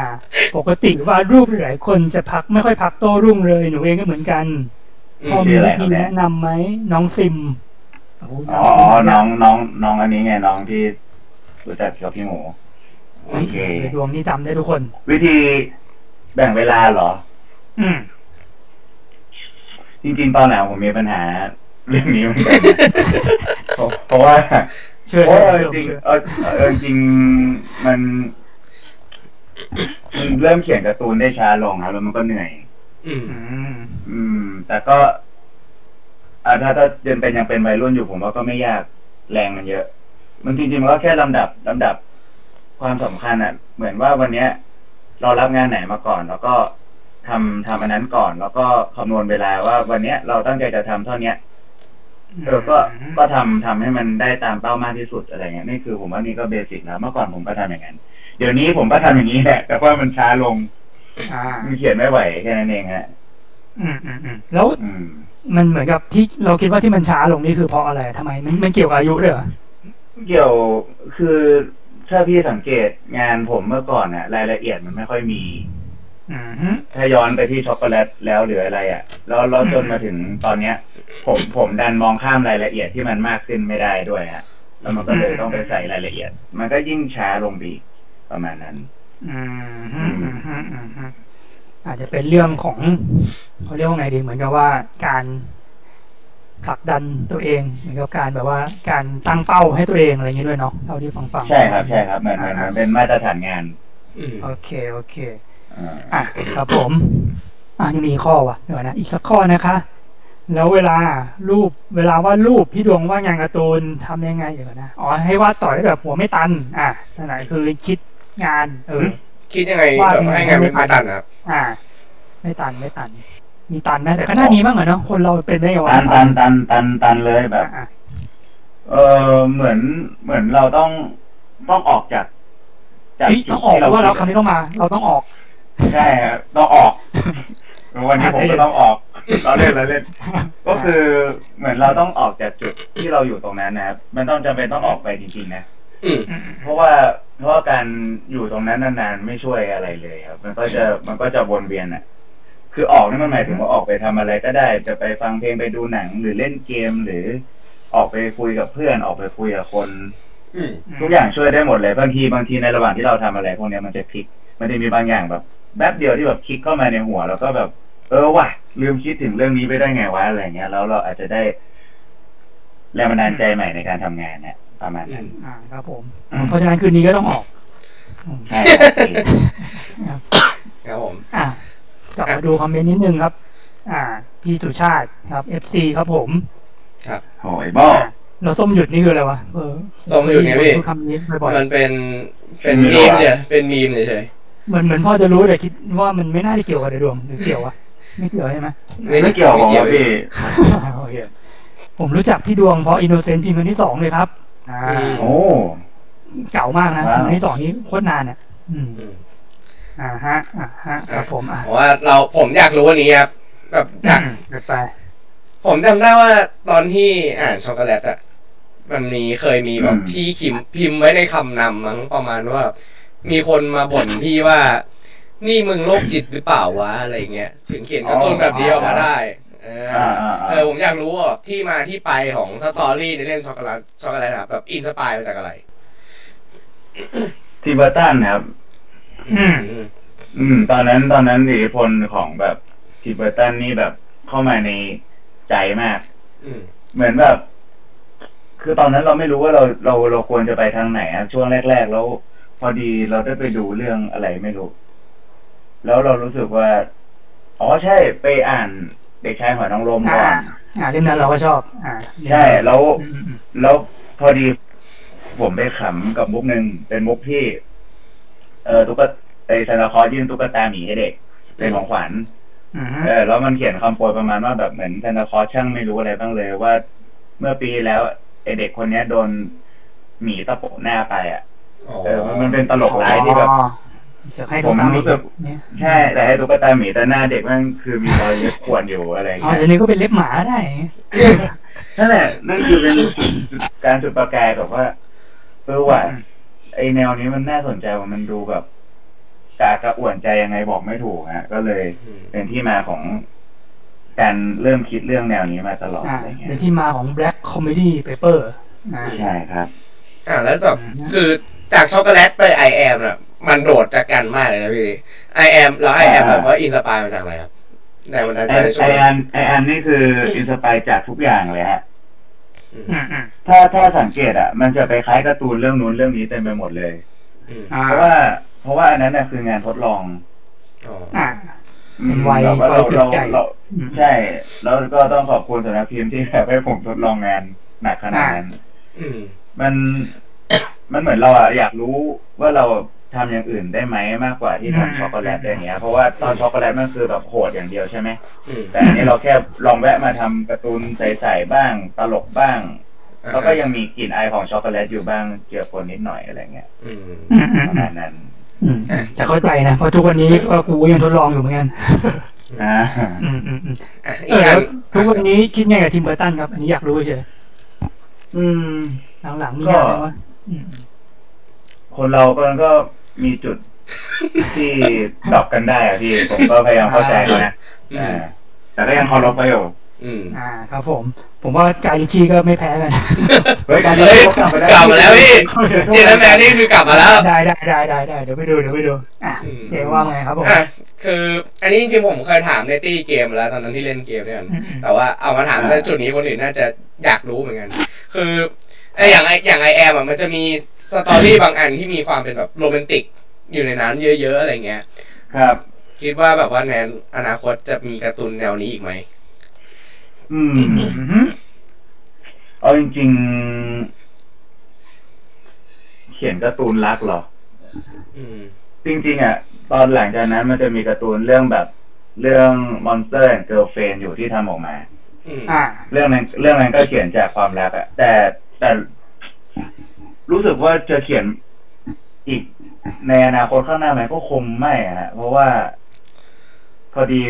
Speaker 3: ปกติวาดรูปหลายคนจะพักไม่ค่อยพักโต้รุ่งเลยหนูเองก็เหมือนกัน
Speaker 1: อื
Speaker 3: พอ
Speaker 1: ม
Speaker 3: มีวิธีแนะนำไหมน้องซิมโโห
Speaker 2: อ๋อ น้องน้องน้องอันนี้ไงน้องที่รู้จักกับพี่หมู
Speaker 3: เฮ้ย
Speaker 2: โอเค
Speaker 3: ดวงนี้จำได้ทุกคน
Speaker 2: วิธีแบ่งเวลาเหรอ
Speaker 3: อืม
Speaker 2: จริงๆ ตอนหลังผมมีปัญหาเรื่องนี้เหมือนกัน เพราะเพราะว่า
Speaker 3: เชื่อ
Speaker 2: เพราะว่า
Speaker 3: เชื่อ
Speaker 2: จริง
Speaker 3: เชื่อ
Speaker 2: เออเออจริงมันมันเริ่มเขียนการ์ตูนได้ช้าลงครับแล้วมันก็เหนื่อย
Speaker 1: อืม
Speaker 3: อืม
Speaker 2: อืม แต่ก็อ่าถ้าถ้ายังเป็นยังเป็นวัยรุ่นอยู่ผมว่าก็ไม่ยากแรงมันเยอะ มันจริงๆมันก็แค่ลำดับลำดับความสำคัญอ่ะ เหมือนว่าวันเนี้ย เรารับงานไหนมาก่อน แล้วก็ทำทำอันนั้นก่อน แล้วก็คำนวณเวลาว่าวันเนี้ยเราตั้งใจจะทำเท่าเนี้ยเออก็ก็ทำทำให้มันได้ตามเป้ามากที่สุดอะไรเงี้ยนี่คือผมว่านี่ก็เบสิกแล้วเมื่อก่อนผมก็ทำอย่างนั้นเดี๋ยวนี้ผมก็ทำอย่างนี้แหละแต่ว่ามันช้าลง
Speaker 3: อ่า
Speaker 2: มันเขียนไม่ไหวแค่นั้นเองฮะ
Speaker 3: อืมอืมอืมแล้ว
Speaker 2: อืม
Speaker 3: มันเหมือนกับที่เราคิดว่าที่มันช้าลงนี่คือเพราะอะไรทำไมมันมันเกี่ยวกับอายุด้วยเหรอ
Speaker 2: เกี่ยวคือถ้าพี่สังเกตงานผมเมื่อก่อนน่ะ รายละเอียดมันไม่ค่อยมี
Speaker 3: อืม
Speaker 2: ถ้าย้อนไปที่ช็อกโกแลตแล้วหรืออะไรอ่ะ แล้วแล้วจนมาถึงตอนเนี้ย ผมผมดันมองข้ามรายละเอียดที่มันมากขึ้นไม่ได้ด้วยฮะแล้วมันก็เลยต้องไปใส่รายละเอียด มันก็ยิ่งช้าลงไปอีกประมาณนั้น
Speaker 3: อืมอืมอืมอืมอืมอืมอาจจะเป็นเรื่องของเขาเรียกว่าไงดีเหมือนกับว่าการผลักดันตัวเองเหมือนกับการแบบว่า การตั้งเป้าให้ตัวเองอะไรอย่างนี้ด้วยเนาะเท่าที่ฟังฟังๆ
Speaker 2: ใช่ครับใช่ครับมันมันมันเป็นมาตรฐานงาน
Speaker 1: อืม
Speaker 3: โอเค โอเค
Speaker 2: อ่า
Speaker 3: อ่ะ ครับผม อ่ะยังมีข้อวะเดี๋ยวนะ อีกสักข้อนะคะ แล้วเวลารูปเวลาวาดรูปพี่ดวงว่างานการ์ตูนทำยังไงอยู่นะอ๋อให้วาดต่อให้แบบหัวไม่ตัน อ่ะนั่นไหนคือคิดงานเออ
Speaker 1: คิดยังไงแบบให้งานเป็นไม่ตันนะครับ
Speaker 3: อ่า ไม่ตันไม่ตัน มีตันไหมแต่ก็น่ามีบ้างเหรอเนาะคนเราเป็นได้ไงวะ
Speaker 2: ตันตันตันตันตันเลยแบบ
Speaker 3: อ่ะ
Speaker 2: เออเหมือนเหมือนเราต้องต้องออกจากจาก
Speaker 3: เฮ้ยต้องออก
Speaker 2: ที่
Speaker 3: ว่าเราคำนี้ต้องมา เราต้องออก
Speaker 2: ใช่ครับต้องออก วันนี้ผมก็ต้องออกเราเล่นเราเล่น ก็คือเหมือนเราต้องออกจากจุดที่เราอยู่ตรงนั้นนะครับมันต้องจำเป็นต้องออกไปจริงๆนะ
Speaker 1: อืม
Speaker 2: เพราะว่าเพราะว่าการอยู่ตรงนั้นนานๆไม่ช่วยอะไรเลยครับ มันก็จะมันก็จะวนเวียนอ่ะ คือออกนี่มันหมายถึงว่าออกไปทำอะไรก็ได้ จะไปฟังเพลงไปดูหนังหรือเล่นเกมหรือออกไปคุยกับเพื่อนออกไปคุยกับคน
Speaker 1: อืม
Speaker 2: ทุกอย่างช่วยได้หมดเลยบางทีบางทีในระหว่างที่เราทำอะไรพวกเนี้ยมันจะคลิก มันจะมีบางอย่างแบบแป๊บเดียวที่แบบคลิกเข้ามาในหัว แล้วก็แบบ เออว่ะลืมคิดถึงเรื่องนี้ไปได้ไงวะอะไรเงี้ยแล้วเราอาจจะได้แรงบันดาลใจใหม่ในการทำงานเนี่ยประมาณ
Speaker 1: อื
Speaker 2: นั้น
Speaker 1: ม
Speaker 3: อ่าครับผม เพราะฉะนั้นคืนนี้ก็ต้องออก
Speaker 2: ใช่ครับพี่
Speaker 1: ครับผม
Speaker 3: อ่ะกลับมาดูคอมเมนต์นิดนึงครับ อ่า พี่สุชาติครับ FC ครับผม
Speaker 2: โหยบ้า
Speaker 3: อ่ะเราส้มหยุดนี่คืออะไรวะเออ
Speaker 1: ส้มหยุดไงพี่
Speaker 3: พูคำนี้บ่อย
Speaker 1: มันเป็นเป็น
Speaker 2: มี
Speaker 1: มีม
Speaker 2: หรอ
Speaker 1: เฉยเป็นมีมเฉย
Speaker 3: ๆเหมือนเหมือนพ่อจะรู้แต่คิดว่ามันไม่น่าจะเกี่ยวกับในดวงหรือเกี่ยววะไม่เกี่ยวใช่ไหม
Speaker 1: ๆ
Speaker 2: ไม่เกี่ยวผมครับพี่
Speaker 3: โอเคผมรู้จักพี่ดวงเพราะอินโนเซนต์ทีมคนที่สองเลยครับ อ่า
Speaker 2: โอ้
Speaker 3: เก่ามากนะ
Speaker 2: ว้า
Speaker 3: ทีม
Speaker 2: ว
Speaker 3: คนที่สองนี้โคตรนานอ่ะ อืม
Speaker 1: อืม
Speaker 3: อ่าฮะ อ่าฮะ ครับผม อ่ะ
Speaker 1: เพราะว่าเราผมอยากรู้อันนี้ครับแบบอยาก
Speaker 3: เดี๋ยวไป
Speaker 1: ผมจำได้ว่าตอนที่อ่านช็อกโกแลตอะมันมีเคยมีแบบ
Speaker 2: อืม
Speaker 1: พี่คิมพิมพ์ไว้ในคำนำมั้งประมาณว่า มีคนมาบ่นพี่ว่า นี่มึงโรคจิตหรือเปล่าวะอะไรเงี้ยถึงเขียนการ์ตูนแบบนี้ออกมาได้เอออ
Speaker 2: อ่าอ่า
Speaker 1: เอ
Speaker 2: อ่า
Speaker 1: อผมอยากรู้ว่าที่มาที่ไปของสตอรี่ในเล่มช็อกโกแลตช็อกโกแลตอะครับแบบอินสปายมาจากอะไร
Speaker 2: ทีเบอร์ตันนะครับ
Speaker 3: อืม
Speaker 1: อืม
Speaker 2: อืม ตอนนั้นตอนนั้นอิทธิพลของแบบทีเบอร์ตันนี่แบบเข้ามาในใจมาก
Speaker 1: อืม
Speaker 2: เหมือนแบบ คือตอนนั้นเราไม่รู้ว่าเราเราเราควรจะไปทางไหนอะช่วงแรก ๆ แล้ว พอดีเราได้ไปดูเรื่องอะไรไม่รู้ แล้วเรารู้สึกว่า อ๋อใช่ไปอ่านเด็กชายหอยนางรมก่อน
Speaker 3: อ่า อ่าเล่มนั้นเราก็ชอบ อ่า
Speaker 2: ใช่แล้ว
Speaker 3: อืมอืม
Speaker 2: แล้วพอดีผมไปขำกับมุกหนึ่งเป็นมุกที่ เออตุ๊กตาไอซานตาคลอสยื่นตุ๊กตาหมีให้เด็ก เป็นของขวัญ
Speaker 3: อืม
Speaker 2: เออแล้วมันเขียนคำโปรยประมาณว่าแบบเหมือนซานตาคลอสช่างไม่รู้อะไรบ้างเลยว่าเมื่อปีแล้วไอเด็กคนเนี้ยโดนหมีตะปบหน้าไปอ่ะ
Speaker 1: อ๋อ
Speaker 2: เออมันมันเป็นตลกร้ายที่แบบ
Speaker 3: อ๋อเสือกให้
Speaker 2: ผม
Speaker 3: ตาม
Speaker 2: รู้สึก
Speaker 3: เนี่ย
Speaker 2: ใช่แต่ให้ตุ๊กตาหมีแต่หน้าเด็กมันคือมีรอยเย็บข่วนอยู่อะไรอย่าง
Speaker 3: อ๋อ
Speaker 2: เงี้ย
Speaker 3: เดี๋ยวนี้ก็เป็นเล็บหมาได้
Speaker 2: นั่นแหละนั่นคือเป็นจุดการจุดประกายแบบว่าเออว่า
Speaker 3: อืม
Speaker 2: ไอแนวนี้มันน่าสนใจว่ามันดูแบบกากระอ่วนใจยังไงบอกไม่ถูกฮะก็เลย
Speaker 1: อืม
Speaker 2: เป็นที่มาของการเริ่มคิดเรื่องแนวนี้มาตลอด
Speaker 3: อ่า
Speaker 2: อะไรเงี้ย
Speaker 3: เป็นที่มาของ black comedy paper อ่า
Speaker 2: ใช่ครับ
Speaker 1: อ่าแล้วแบบ คือจากช็อกโกแลตไปไอแอมน่ะมันโดดจากกันมากเลยนะพี่ไอแอมแล้วไอแอม
Speaker 2: อ่า
Speaker 1: แบบว่าอินสปายมาจากอะไรครับแรงบันดาล
Speaker 2: ไอ
Speaker 1: ใจในช่
Speaker 2: ไอ
Speaker 1: วง
Speaker 2: อันไออันนี่คืออินสปายจากทุกอย่างเลยฮะ
Speaker 3: อืมอืม
Speaker 2: ถ้าถ้าสังเกตอ่ะ มันจะไปคล้ายการ์ตูนเรื่องนู้นเรื่องนี้เต็มไปหมดเลย
Speaker 1: อืม
Speaker 3: อ่า
Speaker 2: เพราะว่า เพราะว่าอันนั้นน่ะคืองานทดลอง
Speaker 1: อ๋อ
Speaker 3: อ่า
Speaker 2: อืม
Speaker 3: เป็นวัย
Speaker 2: เราก็เรา
Speaker 3: วัยฝึกใจ
Speaker 2: เราเรา
Speaker 3: อืม
Speaker 2: ใช่ แล้วก็ต้องขอบคุณสำนักพิมพ์ที่แบบให้ผมทดลองงานหนักขนาดนั้น
Speaker 1: อืม
Speaker 2: มัน มันเหมือนเราอะอยากรู้ว่าเราทำอย่างอื่นได้ไหมมากกว่าที่
Speaker 3: อืม
Speaker 2: ทำช็อกโกแลตอะไรเงี้ย เพราะว่าตอนช็อกโกแลตมันคือแบบโหดอย่างเดียวใช่ไหม
Speaker 1: อืม
Speaker 2: แต่อันนี้เราแค่ลองแวะมาทำการ์ตูนใสๆบ้าง ตลกบ้าง แล้วก็ยังมีกลิ่นอายของช็อกโกแลตอยู่บ้างเจือปนนิดหน่อยอะไรเงี้ย
Speaker 1: อืม
Speaker 3: อืมอืมอื
Speaker 2: ประ
Speaker 3: ม
Speaker 2: มาณนั้น
Speaker 3: อืมแต่เข้าใจนะเพราะทุกวันนี้ก็กูยังทดลองอยู่เหมือนกัน
Speaker 2: อ่า
Speaker 3: อืมอืมอืม
Speaker 1: อ่ะอี
Speaker 3: เอ
Speaker 1: อั
Speaker 3: ก อแล้ว
Speaker 1: น
Speaker 3: ทุกวันนี้คิดไงกับทีมเบอร์ตันครับ อันนี้อยากรู้เฉย
Speaker 2: อืม
Speaker 3: หลังๆนี่ยากแล้ววะอืม
Speaker 2: คนเราก็มันก็มีจุดที่ดรอกกันได้อะพี่ ผมก็พยายามเข้าใจเขานะ
Speaker 1: อื
Speaker 2: อ่าม แต่ก็ยังเคารพเขาอยู่
Speaker 1: อืม
Speaker 3: อ่า ครับผม ผมว่ากายลิชีก็ไม่แพ้กัน
Speaker 2: เฮ้ยการ
Speaker 1: เฮ้ย
Speaker 2: กลับไปได้
Speaker 1: กลับมาแล้วพี่เจนแมนนี่คือกลับมาแล้ว
Speaker 3: ได้ได้ได้ได้ได้เดี๋ยวไปดูเดี๋ยวไปดูอ่ะ
Speaker 1: อืม
Speaker 3: เจ๊ว่าไงครับผม
Speaker 1: อ่ะคืออันนี้จริงๆผมเคยถามในตี้เกมแล้วตอนนั้นที่เล่นเกมด้วยกัน
Speaker 3: อืมอืม
Speaker 1: แต่ว่าเอามาถามในจุดนี้คนอื่นน่าจะอยากรู้เหมือนกัน คือไอ้อย่างไออย่างไอแอมอ่ะมันจะมีสตอรี่บางอันที่มีความเป็นแบบโรแมนติกอยู่ในนั้นเยอะ ๆ อะไรเงี้ย
Speaker 2: ครับ
Speaker 1: คิดว่าแบบว่าในอนาคตจะมีการ์ตูนแนวนี้อีกไหม
Speaker 2: อืมเอาจริงๆ เขียนการ์ตูนรักเหรอ
Speaker 1: อืม
Speaker 2: จริงๆอ่ะ ตอนหลังจากนั้นมันจะมีการ์ตูนเรื่องแบบเรื่อง Monster and Girlfriend อยู่ที่ทำออกมา
Speaker 1: อืม
Speaker 3: อ่า
Speaker 2: เรื่องนั้นเรื่องนั้นก็เขียนจากความรักอะแต่แต่รู้สึกว่าจะเขียนอีกในอนาคตข้างหน้าไหมก็คงไม่อะฮะเพราะว่า พอดี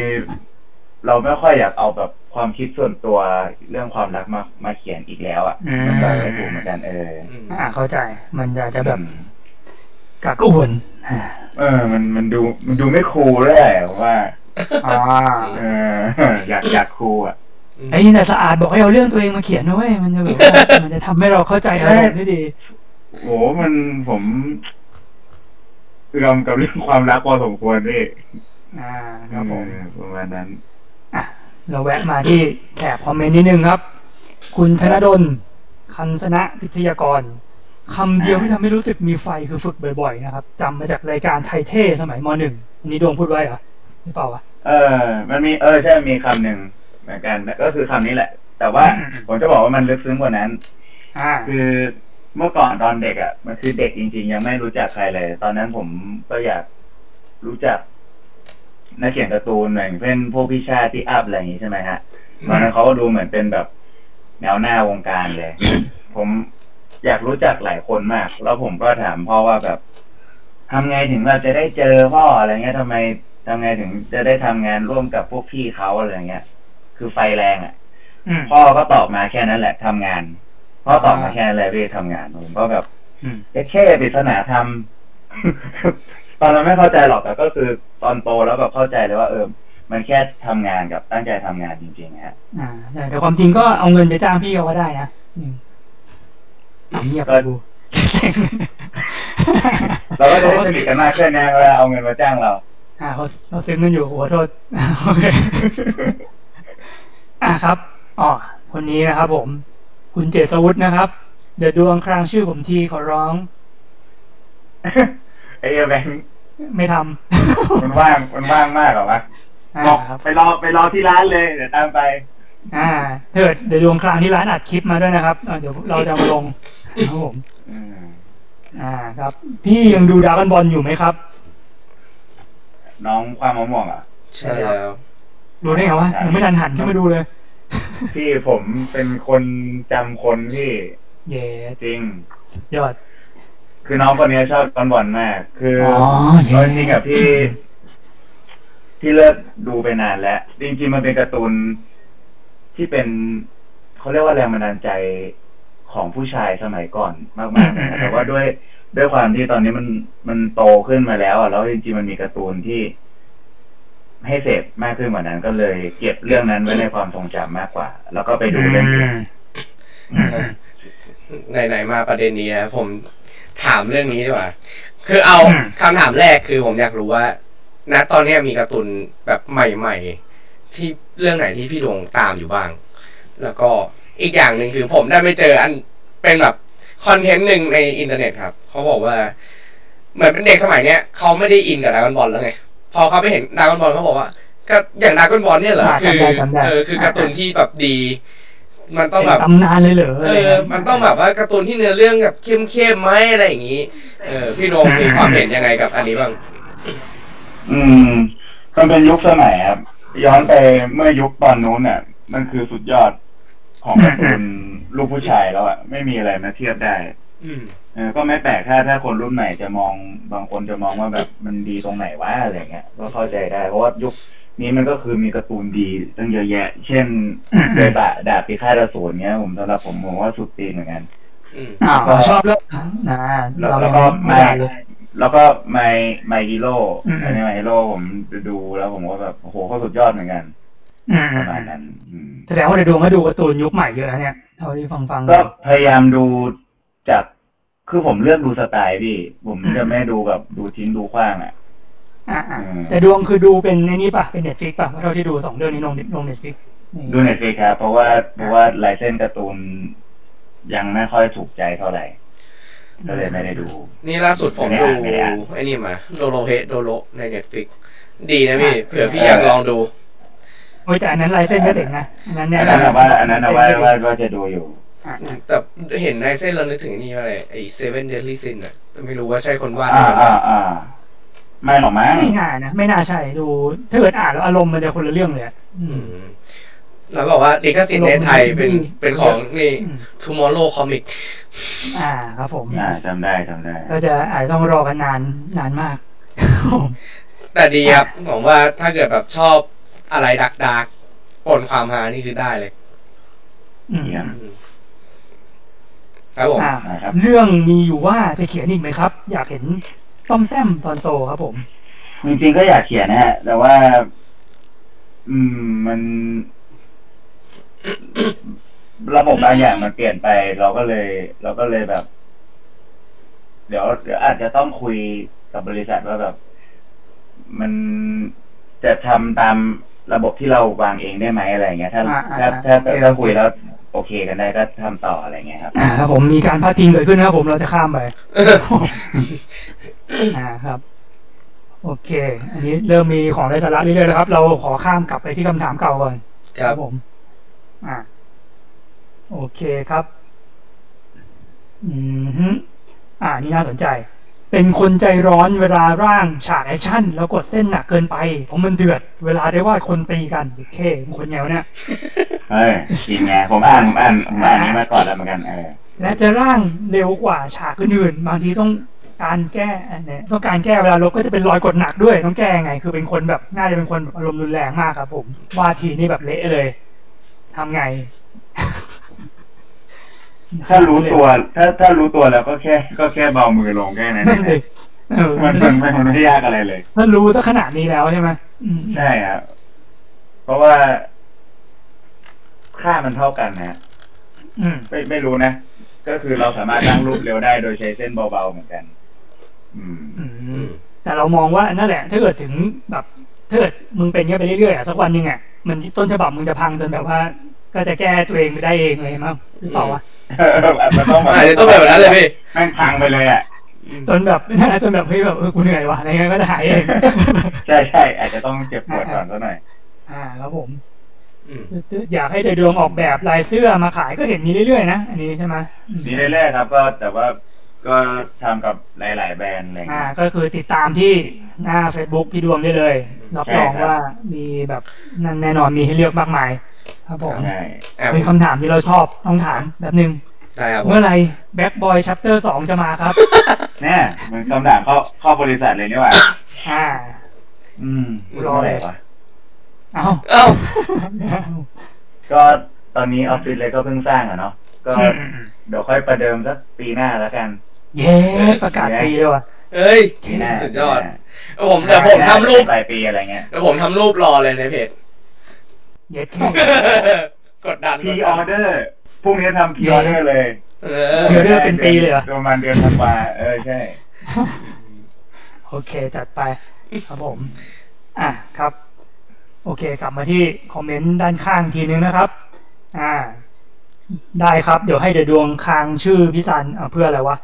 Speaker 2: เราไม่ค่อยอยากเอาแบบความคิดส่วนตัวเรื่องความรักมามาเขียนอีกแล้วอะ
Speaker 3: อืม
Speaker 2: มันก็ไม่ถูกเหมือนกันเออ
Speaker 1: อืม
Speaker 3: อ่า เข้าใจ มันจะจะแบบกักกุ่นอ่า
Speaker 2: เออ มันมันดูมันดูไม่คูลเลยอะผมว่า
Speaker 3: อ่า
Speaker 2: เออ อยากอยากคูลอะ
Speaker 3: ไอ้นี่แต่สะอาดบอกให้เอาเรื่องตัวเองมาเขียนนะเว้ยมันจะแบบว่ามันจะทำให้เราเข้าใจอารมณ์ได้ดี
Speaker 2: โหมันผมเอื่อมกับเรื่องความรักพอสมควรนี่
Speaker 3: อ่าครับผม
Speaker 2: เออประมาณนั้น
Speaker 3: เราแวะมาที่แถบคอมเมนต์นิดนึงครับ คุณธนดล คันชนะพิทยากรคำเดียวที่ทำให้รู้สึกมีไฟคือฝึกบ่อยๆนะครับจำมาจากรายการไทยเท่สมัยมหนึ่งอันนี้ดวงพูดไว้เหรอหรือเปล่าวะ
Speaker 2: เออ มันมีเออใช่มีคำหนึ่งเหมือนกันก็คือคำนี้แหละ แต่ว่า
Speaker 3: อืม
Speaker 2: ผมจะบอกว่ามันลึกซึ้งกว่านั้น
Speaker 3: อ่า
Speaker 2: คือเมื่อก่อนตอนเด็กอ่ะ มันคือเด็กจริง ๆ ยังไม่รู้จักใครเลย ตอนนั้นผมก็อยากรู้จักนักเขียนการ์ตูนอย่างเช่นพวกพี่ชาติพี่อัพอะไรอย่างงี้ใช่ไหมฮะ ตอนนั้นเขาก็ดูเหมือนเป็นแบบแนวหน้าวงการเลย ผมอยากรู้จักหลายคนมาก แล้วผมก็ถามพ่อว่าแบบทำไงถึงเราจะได้เจอพ่ออะไรเงี้ยทำไมทำไงถึงจะได้ทำงานร่วมกับพวกพี่เขาอะไรเงี้ย คือไฟแรงอ่ะ
Speaker 3: อืม
Speaker 2: พ่อก็ตอบมาแค่นั้นแหละทำงาน พ่อตอบมาแค่นั้นแหละพี่ทำงานผมก็แบบ
Speaker 3: อืม
Speaker 2: เอ๊ะแค่ปริศนาธรรม ตอนนั้นไม่เข้าใจหรอกแต่ก็คือตอนโตแล้วแบบเข้าใจเลยว่า เออ มันแค่ทำงานกับตั้งใจทำงานจริงๆฮะ
Speaker 3: อ่าแต่แต่ความจริงก็เอาเงินไปจ้างพี่เขาก็ได้นะอืมอ่ะเงียบไปดู
Speaker 2: เราก็จะได้สนิทกันมากขึ้นนะเวลาเอาเงินมาจ้างเรา
Speaker 3: อ่าเขาเขาซึ้งกันอยู่ขอโทษ โอเค อ่าครับอ๋อคนนี้นะครับผม คุณเจษวุฒินะครับ เดี๋ยวดวงครางชื่อผมทีขอร้อง
Speaker 2: ไอ้เหี้ยแบงค์
Speaker 3: ไม่ท
Speaker 2: มันว่างมันว่างมากเหรอวะ
Speaker 3: ำ อ่า
Speaker 2: บอก
Speaker 3: ครับ
Speaker 2: ไปรอไปรอที่ร้านเลยเดี๋ยวตามไป
Speaker 3: อ่าเถิดเดี๋ยวดวงครางที่ร้านอัดคลิปมาด้วยนะครับอ่าเดี๋ยวเราจะเอามาลงครับผม
Speaker 2: อืม
Speaker 3: อ่าครับ พี่ยังดูดรากันบอลอยู่ไหมครับ
Speaker 2: น้องความมะม่วงเหรอ่ะ
Speaker 1: ใช่แล้ว
Speaker 3: ดูได้ไงวะ
Speaker 2: ใช่
Speaker 3: ยังไม่ทันหันขึ้นมาดูเลย
Speaker 2: พี่ผมเป็นคนจำคนพี่
Speaker 3: เย้
Speaker 2: จริง
Speaker 3: ยอด
Speaker 2: คือน้องคนเนี้ยชอบตอนบอลมาก คืออ
Speaker 3: อ
Speaker 2: เอาจริงๆกับพี่ที่เลิกดูไปนานแล้ว จริงๆมันเป็นการ์ตูนที่เป็นเขาเรียกว่าแรงบันดาลใจของผู้ชายสมัยก่อนมากๆนะ
Speaker 3: อืม
Speaker 2: แต่ว่าด้วยด้วยความที่ตอนนี้มันมันโตขึ้นมาแล้วอ่ะแล้วจริงๆมันมีการ์ตูนที่ ให้เสพมากขึ้นกว่านั้น ก็เลยเก็บเรื่องนั้นไว้ในความทรงจำมากกว่า แล้วก็ไปดูเรื่องอื่น
Speaker 3: อืม
Speaker 1: ไหนๆมาประเด็นนี้นะผมถามเรื่องนี้ดีกว่า คือเอา
Speaker 3: อืม
Speaker 1: คำถามแรกคือผมอยากรู้ว่า ณตอนเนี้ยมีการ์ตูนแบบใหม่ๆ ที่เรื่องไหนที่พี่ดวงตามอยู่บ้าง แล้วก็อีกอย่างหนึ่งคือผมได้ไปเจออันเป็นแบบคอนเทนต์หนึ่งในอินเทอร์เน็ตครับ เขาบอกว่า เหมือนเป็นเด็กสมัยเนี้ยเขาไม่ได้อินกับดรากอนบอลแล้วไง พอเขาไปเห็นดรากอนบอลเขาบอกว่าก็อย่างดรากอนบอลเนี่ยเหรอ
Speaker 3: อ่า
Speaker 1: คือ
Speaker 3: จำได้จำได้
Speaker 1: เออคือการ์ตูนที่แบบดี มันต้อง
Speaker 3: เป็น
Speaker 1: แบบ
Speaker 3: ตำนานเลยเหรอ
Speaker 1: เอ
Speaker 3: อะไร
Speaker 1: อ
Speaker 3: เงี้ย
Speaker 1: มันต้องแบบว่าการ์ตูนที่เนื้อเรื่องแบบเข้มๆไหมอะไรอย่างนี้ เออ พี่โดมมีความเห็นยังไงกับอันนี้บ้าง
Speaker 2: อืมมันเป็นยุคสมัยครับ ย้อนไปเมื่อยุคตอนนู้นเนี่ยมันคือสุดยอดของการ์ตู น ลูกผู้ชายแล้วอะไม่มีอะไรมาเทียบได้
Speaker 1: อืม
Speaker 2: เออก็ไม่แปลกถ้าถ้าคนรุ่นใหม่จะมองบางคนจะมองว่าแบบมันดีตรงไหนวะอะไรเงี้ยก็เข้าใจได้ เพราะว่ายุคนี้มันก็คือมีการ์ตูนดีตั้งเยอะแยะ เช่น
Speaker 3: อืม
Speaker 2: เดบะดาบพิฆาตอสูรเนี้ยผมสำหรับผมผมว่าสุดตีนเหมือนกัน
Speaker 1: อืม
Speaker 3: อ่าชอบเลยนะ
Speaker 2: แล้ว
Speaker 3: เรา
Speaker 2: แล้วก็
Speaker 3: ไม่
Speaker 2: มา
Speaker 3: ได้เลย
Speaker 2: แล้วก็ไมไมฮิโร่
Speaker 3: อืม
Speaker 2: อันนี้ไมฮิโร่ผมดูแล้วผมก็แบบโอ้โหเขาสุดยอดเหมือนกัน
Speaker 3: อืม
Speaker 2: ประมาณนั้นอืม
Speaker 3: แสดงว่าเดี๋ยวดวงก็ดูการ์ตูนยุคใหม่เยอะนะเนี่ยเท่าที่ฟังฟังๆ
Speaker 2: ก็พยายามดูจากคือผมเลือกดูสไตล์พี่ ผม
Speaker 3: อืม
Speaker 2: จะไม่ดูแบบดูทิ้งดูขว้างอ่ะ
Speaker 3: อ่าอ่า
Speaker 2: อืม
Speaker 3: แต่ดวงคือดูเป็นไอ้นี่ป่ะเป็นเน็ตฟิกป่ะเพราะเท่าที่ดูสองเรื่องนี้ลงลงเน็ตฟิก
Speaker 2: ดูเน็ตฟลิกครับเพราะว่าเพราะว่าลายเส้นการ์ตูนยังไม่ค่อยถูกใจเท่าไหร่ ก็เลยไม่ได้ดู
Speaker 1: นี่ล่าสุดผมดู
Speaker 2: ไม่ได้อ่ะ
Speaker 1: ไอ้นี่มา โดโรเฮโดโรในเน็ตฟิก ดีนะพี่ เผื่อพี่อยากลองดู
Speaker 3: โอ้ยแต่อันนั้นลายเส้นก็เด็กนะอันนั้นเนี่ย
Speaker 2: อันนั้นนะว่าอันนั้นนะว่าว่าว่าจะดูอยู่
Speaker 3: อ่ะ
Speaker 1: อืมแต่เห็นในเส้นเรานึกถึงนี่อะไรไอ้เซเว่นเดลี่ซินอะแต่ไม่รู้ว่าใช่คนวาดหรื
Speaker 2: อ่า
Speaker 1: อเป
Speaker 2: อ่า
Speaker 1: ล่า
Speaker 2: อ่าไม่หรอกมั้ง
Speaker 3: ไม่น่านะไม่น่าใช่ดูถ้าเกิดอ่านแล้วอารมณ์มันจะคนละเรื่องเลยอะอื
Speaker 1: อื
Speaker 3: ม
Speaker 1: มแล้วบอกว่าลิขสิทธิ์ในไทยเป็นเป็นของนี่
Speaker 3: อืม
Speaker 1: Tomorrow Comic
Speaker 3: อ่าครับผม
Speaker 2: อ่าจำได้จำได้
Speaker 3: ก็จะอาจจะต้องรอกันนานนานมาก
Speaker 1: แต่ดีครับผมว่าถ้าเกิดแบบชอบอะไรดักดักปนความฮานี่คือได้เลย
Speaker 3: อืม
Speaker 2: เยี่ยม
Speaker 1: ครับผม
Speaker 3: อ่า
Speaker 2: นะครับ
Speaker 3: เรื่องมีอยู่ว่าจะเขียนอีกไหมครับ อยากเห็นต้อมแต้มตอนโตครับผม
Speaker 2: จริงๆก็อยากเขียนนะฮะ แต่ว่า อืม มัน ระบบบางอย่างมันเปลี่ยนไป เราก็เลย เราก็เลยแบบ เดี๋ยวเดี๋ยวอาจจะต้องคุยกับบริษัทว่าแบบ มันจะทำตามระบบที่เราวางเองได้ไหมอะไรอย่างเงี้ยถ้า
Speaker 3: อ่า
Speaker 2: ถ้า
Speaker 3: อ่า
Speaker 2: ถ้าถ้า
Speaker 3: โอเค
Speaker 2: ถ้าคุยแล้ว โอเคกันได้ก็ทำต่ออะไรเงี้ยครับ
Speaker 3: อ่าครับผมมีการพาดพิงเกิดขึ้นนะครับผมเราจะข้ามไป อ่าครับ โอเค อันนี้เริ่มมีของไร้สาระเรื่อยๆแล้วครับ เราขอข้ามกลับไปที่คำถามเก่าก่อน
Speaker 1: ครับ
Speaker 3: ผม อ่า โอเคครับ อืมฮึอ่า นี่น่าสนใจ เป็นคนใจร้อนเวลาร่างฉากแอคชั่น แล้วกดเส้นหนักเกินไปผมมันเดือด เวลาได้ว่าคนตีกันโอเคเป็นคนแนวเนี่ย
Speaker 2: เฮ้ยจริงไงผมอ่านผมอ่านผมอ่านนี้มาก่อนแล้วเหมือนกันเออ
Speaker 3: และจะร่างเร็วกว่าฉากอื่นๆบางทีต้องการแก้อันเนี้ยต้องการแก้เวลาลบก็จะเป็นรอยกดหนักด้วยต้องแก้ยังไง คือเป็นคนแบบน่าจะเป็นคนแบบอารมณ์รุนแรงมากครับผมว่าทีนี่แบบเละเลยทำไง
Speaker 2: ถ้ารู้ตัวถ้าถ้ารู้ตัวแล้วก็แค่ ก็แค่เบามือลงแค่นั้น
Speaker 3: นั่น
Speaker 2: เอ
Speaker 3: เอง ง เออ
Speaker 2: มันมันมันมันไม่ได้ยากอะไรเลย
Speaker 3: ถ้ารู้ซะขนาดนี้แล้วใช่ไหมอืม
Speaker 2: ใช่ครับ เพราะว่าค่ามันเท่ากันนะ
Speaker 3: อืม
Speaker 2: ไม่ไม่รู้นะ ก็คือเราสามารถตั้งรูปเร็วได้โดยใช้เส้นเบาๆเหมือนกัน อืม
Speaker 3: อื
Speaker 1: อื
Speaker 3: ม
Speaker 1: ม
Speaker 3: แต่เรามองว่านั่นแหละ ถ้าเกิดถึงแบบถ้าเกิดมึงเป็นเงี้ยไปเรื่อยๆอ่ะสักวันหนึ่งอ่ะมันต้นฉบับมึงจะพังจนแบบว่า ก็จะแก้ตัวเองไม่ได้เองเลยมั้งหรือเปล่าวะ
Speaker 2: มันต้อง
Speaker 1: อาจจะต้องแบบนั้นเลยพี่
Speaker 2: แม่งพังไปเลยอ่ะ
Speaker 3: จนแบบ จนแบบเฮ้ยแบบเออกูเหนื่อยว่ะอะไรเงี้ยก็จะหาย เอง
Speaker 2: ใช่ใช่อาจจะต้องเจ็บปวดก่อนซะหน่อย
Speaker 3: อ่าครับผม
Speaker 1: อืม
Speaker 3: อยากให้เดยดวงออกแบบลายเสื้อมาขายก็เห็นมีเรื่อยๆนะอันนี้ใช่ไหม
Speaker 2: ดีเรื่อยๆครับ ก็แต่ว่าก็ทำกับหลายๆแบรนด์อะไร
Speaker 3: อ่า
Speaker 2: เงี้ย
Speaker 3: ก็คือติดตามที่หน้า Facebook พี่ดวงได้เลย รับรอง
Speaker 2: ใช่ครับ
Speaker 3: ว่ามีแบบนั่นแน่นอนมีให้เลือกมากมาย ครับผม
Speaker 2: ใช่
Speaker 1: อ่ะ
Speaker 3: มีคำถามที่เราชอบต้องถามแบบนึง
Speaker 1: ได้ครับผม
Speaker 3: เมื่อไหร่แบ็คบอยชัปเตอร์สองจะมาครับ
Speaker 2: แน่มึงคำถามเข้าเข้าบริษัทเลยนี่หว่า
Speaker 3: อ่า
Speaker 2: อืม
Speaker 3: รอเลย
Speaker 2: วะ
Speaker 3: เอา
Speaker 1: เอ้า
Speaker 2: ก็ตอนนี้ออฟฟิศเลยก็เพิ่งสร้างอะเนาะก็
Speaker 3: อืมอืมอืม
Speaker 2: เดี๋ยวค่อยประเดิมสักปีหน้าแล้วกัน
Speaker 3: เย้ประกาศปีเลยว่ะ
Speaker 1: เฮ้ย
Speaker 2: ปีหน้า
Speaker 1: สุดยอด
Speaker 2: ปีหน้า
Speaker 1: ผมเดี๋ยวผมทำรูป
Speaker 2: ปลายปีอะไรเงี้ย
Speaker 1: เดี๋ยวผมทำรูปรอเลยในเพจ
Speaker 3: เย็ดแค่
Speaker 1: กดดัน
Speaker 2: พีออเดอร์พรุ่งนี้ทำพีออเดอร์เลย
Speaker 1: เออ
Speaker 3: Pre order เป็นปีเลยเหรอ
Speaker 2: ประมาณเดือนธันวาเออใช่
Speaker 3: โอเค จัดไป ครับผม อ่ะครับ โอเค กลับมาที่คอมเมนต์ด้านข้างทีนึงนะครับ อ่า ได้ครับ เดี๋ยวให้เดยวดวงค้างชื่อพี่ซันอ่ะเพื่ออะไร วะ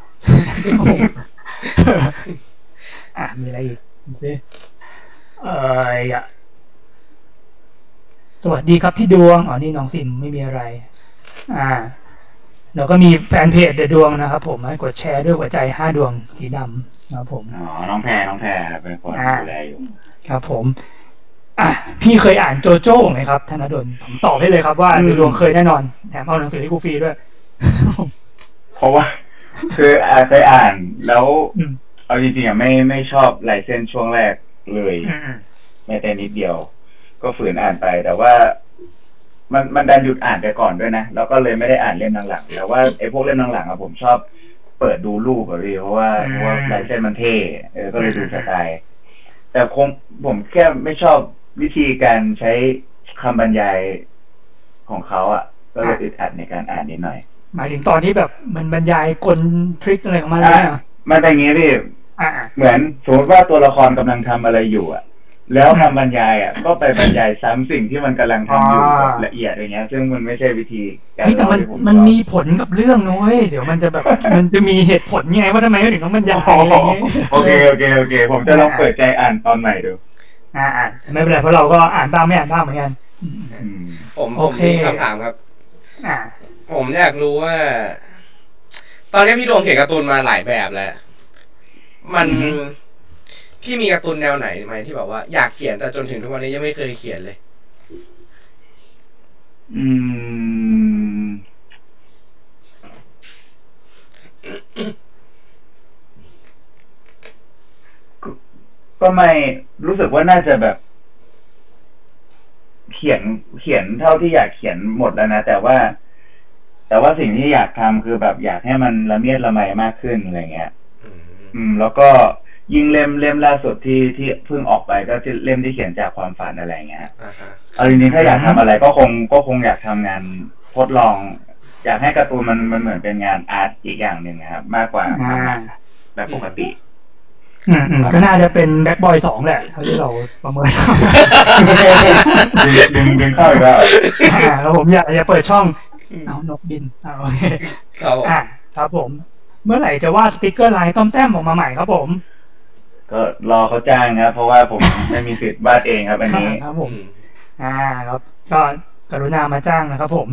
Speaker 3: อ่ะ มีอะไรอีกดูสิเอ่ยอะสวัสดีครับพี่ดวง อ๋อ นี่น้องซิมไม่มีอะไร อ่า แล้วก็มีแฟนเพจเดยวดวงนะครับผมให้กดแชร์ด้วยหัวใจห้าดวงสีดำนะครับผม
Speaker 2: อ๋อน้องแพรน้องแพรครับเป็นคนดูแลอยู่
Speaker 3: ครับผม อ่ะ พี่เคยอ่านโจโจ้ไหมครับธนดลผมตอบให้เลยครับว่าดูดวงเคยแน่นอน แถมเอาหนังสือให้กูฟรีด้วย
Speaker 2: เพราะว่า คืออ่าเคยอ่านแล้ว
Speaker 3: อืม
Speaker 2: เอาจริงๆอ่ะไม่ไม่ชอบลายเส้นช่วงแรกเลย
Speaker 3: อืม
Speaker 2: แม้แต่นิดเดียว ก็ฝืนอ่านไป แต่ว่า มันมันดันหยุดอ่านไปก่อนด้วยนะแล้วก็เลยไม่ได้อ่านเล่มหลังๆแต่ว่าไอ้พวกเล่มหลังๆอะผมชอบเปิดดูรูปอะพี่เพราะว่าเพราะว่าลายเส้นมันเท่เออก็เลยดูสไตล์แต่คงผมแค่ไม่ชอบวิธีการใช้คำบรรยายของเขาอ่ะ ก็เลยอึดอัดในการอ่านนิดหน่อย
Speaker 3: หมายถึงตอนที่แบบมันบรรยายกลทริคอะไรของมันเลย
Speaker 2: อ่ะ
Speaker 3: เหรอ
Speaker 2: มันเป็นอย่างงี้พี่
Speaker 3: อ่ะอ่ะ
Speaker 2: เหมือนสมมติว่าตัวละครกำลังทำอะไรอยู่อะแล้วคำบรรยายอะก็ไปบรรยายซ้ำสิ่งที่มันกำลังทำอยู่
Speaker 3: อ่า
Speaker 2: แบบละเอียดอย่างเงี้ย ซึ่งมันไม่ใช่วิธีการ
Speaker 3: เฮ้ยแต่มัน
Speaker 2: เล่าที่ผม
Speaker 3: มัน
Speaker 2: ชอบ
Speaker 3: มีผลกับเรื่องนะเว้ยเดี๋ยวมันจะ แบบ มันจะมีเหตุผลไงว่าทำไมถึงต้องบรรยาย
Speaker 2: โอ้
Speaker 3: อะไร
Speaker 2: โห
Speaker 3: เงี้ย
Speaker 2: โอเคโอเคโอเค ผมจะลองเปิดใจอ่านตอนใหม่ดู
Speaker 3: อ่ะอ่ะไม่เป็นไรเพราะเราก็อ่านบ้างไม่อ่านบ้างเหมือนกัน
Speaker 2: อืม
Speaker 1: ผมผ
Speaker 3: โอ
Speaker 1: ม
Speaker 3: เค
Speaker 1: มีคำถามครับ
Speaker 3: อ่า
Speaker 1: ผมอยากรู้ว่า ตอนนี้พี่ดวงเขียนการ์ตูนมาหลายแบบแล้ว มัน
Speaker 2: อือฮึ
Speaker 1: พี่มีการ์ตูนแนวไหนไหมที่แบบว่าอยากเขียนแต่จนถึงทุกวันนี้ยังไม่เคยเขียนเลย
Speaker 2: อืม ก็ไม่รู้สึกว่าน่าจะแบบ เขียนเขียนเท่าที่อยากเขียนหมดแล้วนะ แต่ว่า แต่ว่าสิ่งที่อยากทำคือแบบอยากให้มันละเมียดละไมมากขึ้นอะไรเงี้ย
Speaker 1: อืม
Speaker 2: อืม แล้วก็ยิ่งเล่มเล่มล่าสุดที่ที่เพิ่งออกไปก็จะเล่มที่เขียนจากความฝันอะไรเงี้ย
Speaker 1: อ่าฮะ
Speaker 2: เอาจริงๆถ้าอยาก
Speaker 3: อื
Speaker 2: ทำ
Speaker 3: ม
Speaker 2: อะไรก็คงก็คงอยากทำงานทดลอง อยากให้การ์ตูนมันมันเหมือนเป็นงานอาร์ตอีกอย่างหนึ่งนะครับ มากกว่า
Speaker 3: อ่า
Speaker 2: แบบปกติ
Speaker 3: อืมอืมก็น่าจะเป็นแบ็คบอยสองแหละเท่าที่เราประเมิน
Speaker 2: ดึงดึงดึงเข้าอีกแล้ว
Speaker 3: อ่าแล้วผมอยากจะเปิดช่องเอานกบินเอาโอเค
Speaker 1: ครับผม
Speaker 3: อ่าครับผม เมื่อไหร่จะวาดสติกเกอร์ลายต้อมแต้มออกมาใหม่ครับผม
Speaker 2: ก็รอเขาจ้างครับ เพราะว่าผมไม่มีสิทธิ์วาดเองครับ อันนี้
Speaker 3: ครับผ
Speaker 1: อื
Speaker 3: ม
Speaker 1: ม
Speaker 3: อ่าครับก็กรุณามาจ้างนะครับผม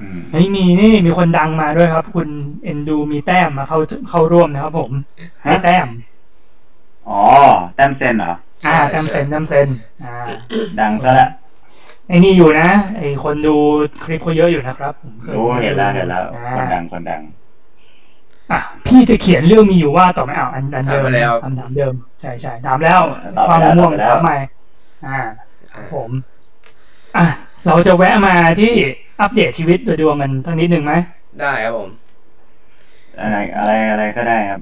Speaker 2: อืม
Speaker 3: เฮ้ยมีนี่มีคนดังมาด้วยครับ คุณเอ็นดูมีแต้มมาเข้าเข้าร่วมนะครับผมให้
Speaker 2: ฮะ
Speaker 3: แต้ม
Speaker 2: อ๋อแต้มเซนเหรอ
Speaker 3: อ่าแต้มเซนแต้มเซนอ่า
Speaker 2: ดังซะละ
Speaker 3: ไอ้นี่อยู่นะไอ้คนดูคลิปเขาเยอะอยู่นะครับผมคย
Speaker 2: โอ้เห็นแล้วเห็นแล้ว
Speaker 3: อ่า
Speaker 2: คนดังคนดัง
Speaker 3: อ่ะพี่จะเขียนเรื่องมีอยู่ว่าต่อไหมอ้าวอันอันเดิม
Speaker 1: ถามไปแล้ว
Speaker 3: คำถามเดิมใช่ใช่ถามแล้ว
Speaker 2: ตอบ
Speaker 3: ความ
Speaker 2: ไปแล้ว
Speaker 3: ม่วง
Speaker 2: ตอบไปแล้ว
Speaker 3: ถามใหม่อ่า
Speaker 1: อ่า
Speaker 3: ผม อ่ะเราจะแวะมาที่อัปเดตชีวิตโดยดวงกันทั้งนิดหนึ่งไหม
Speaker 1: ได้ครับผม
Speaker 2: อะไรอะไรอะไรก็ได้ครับ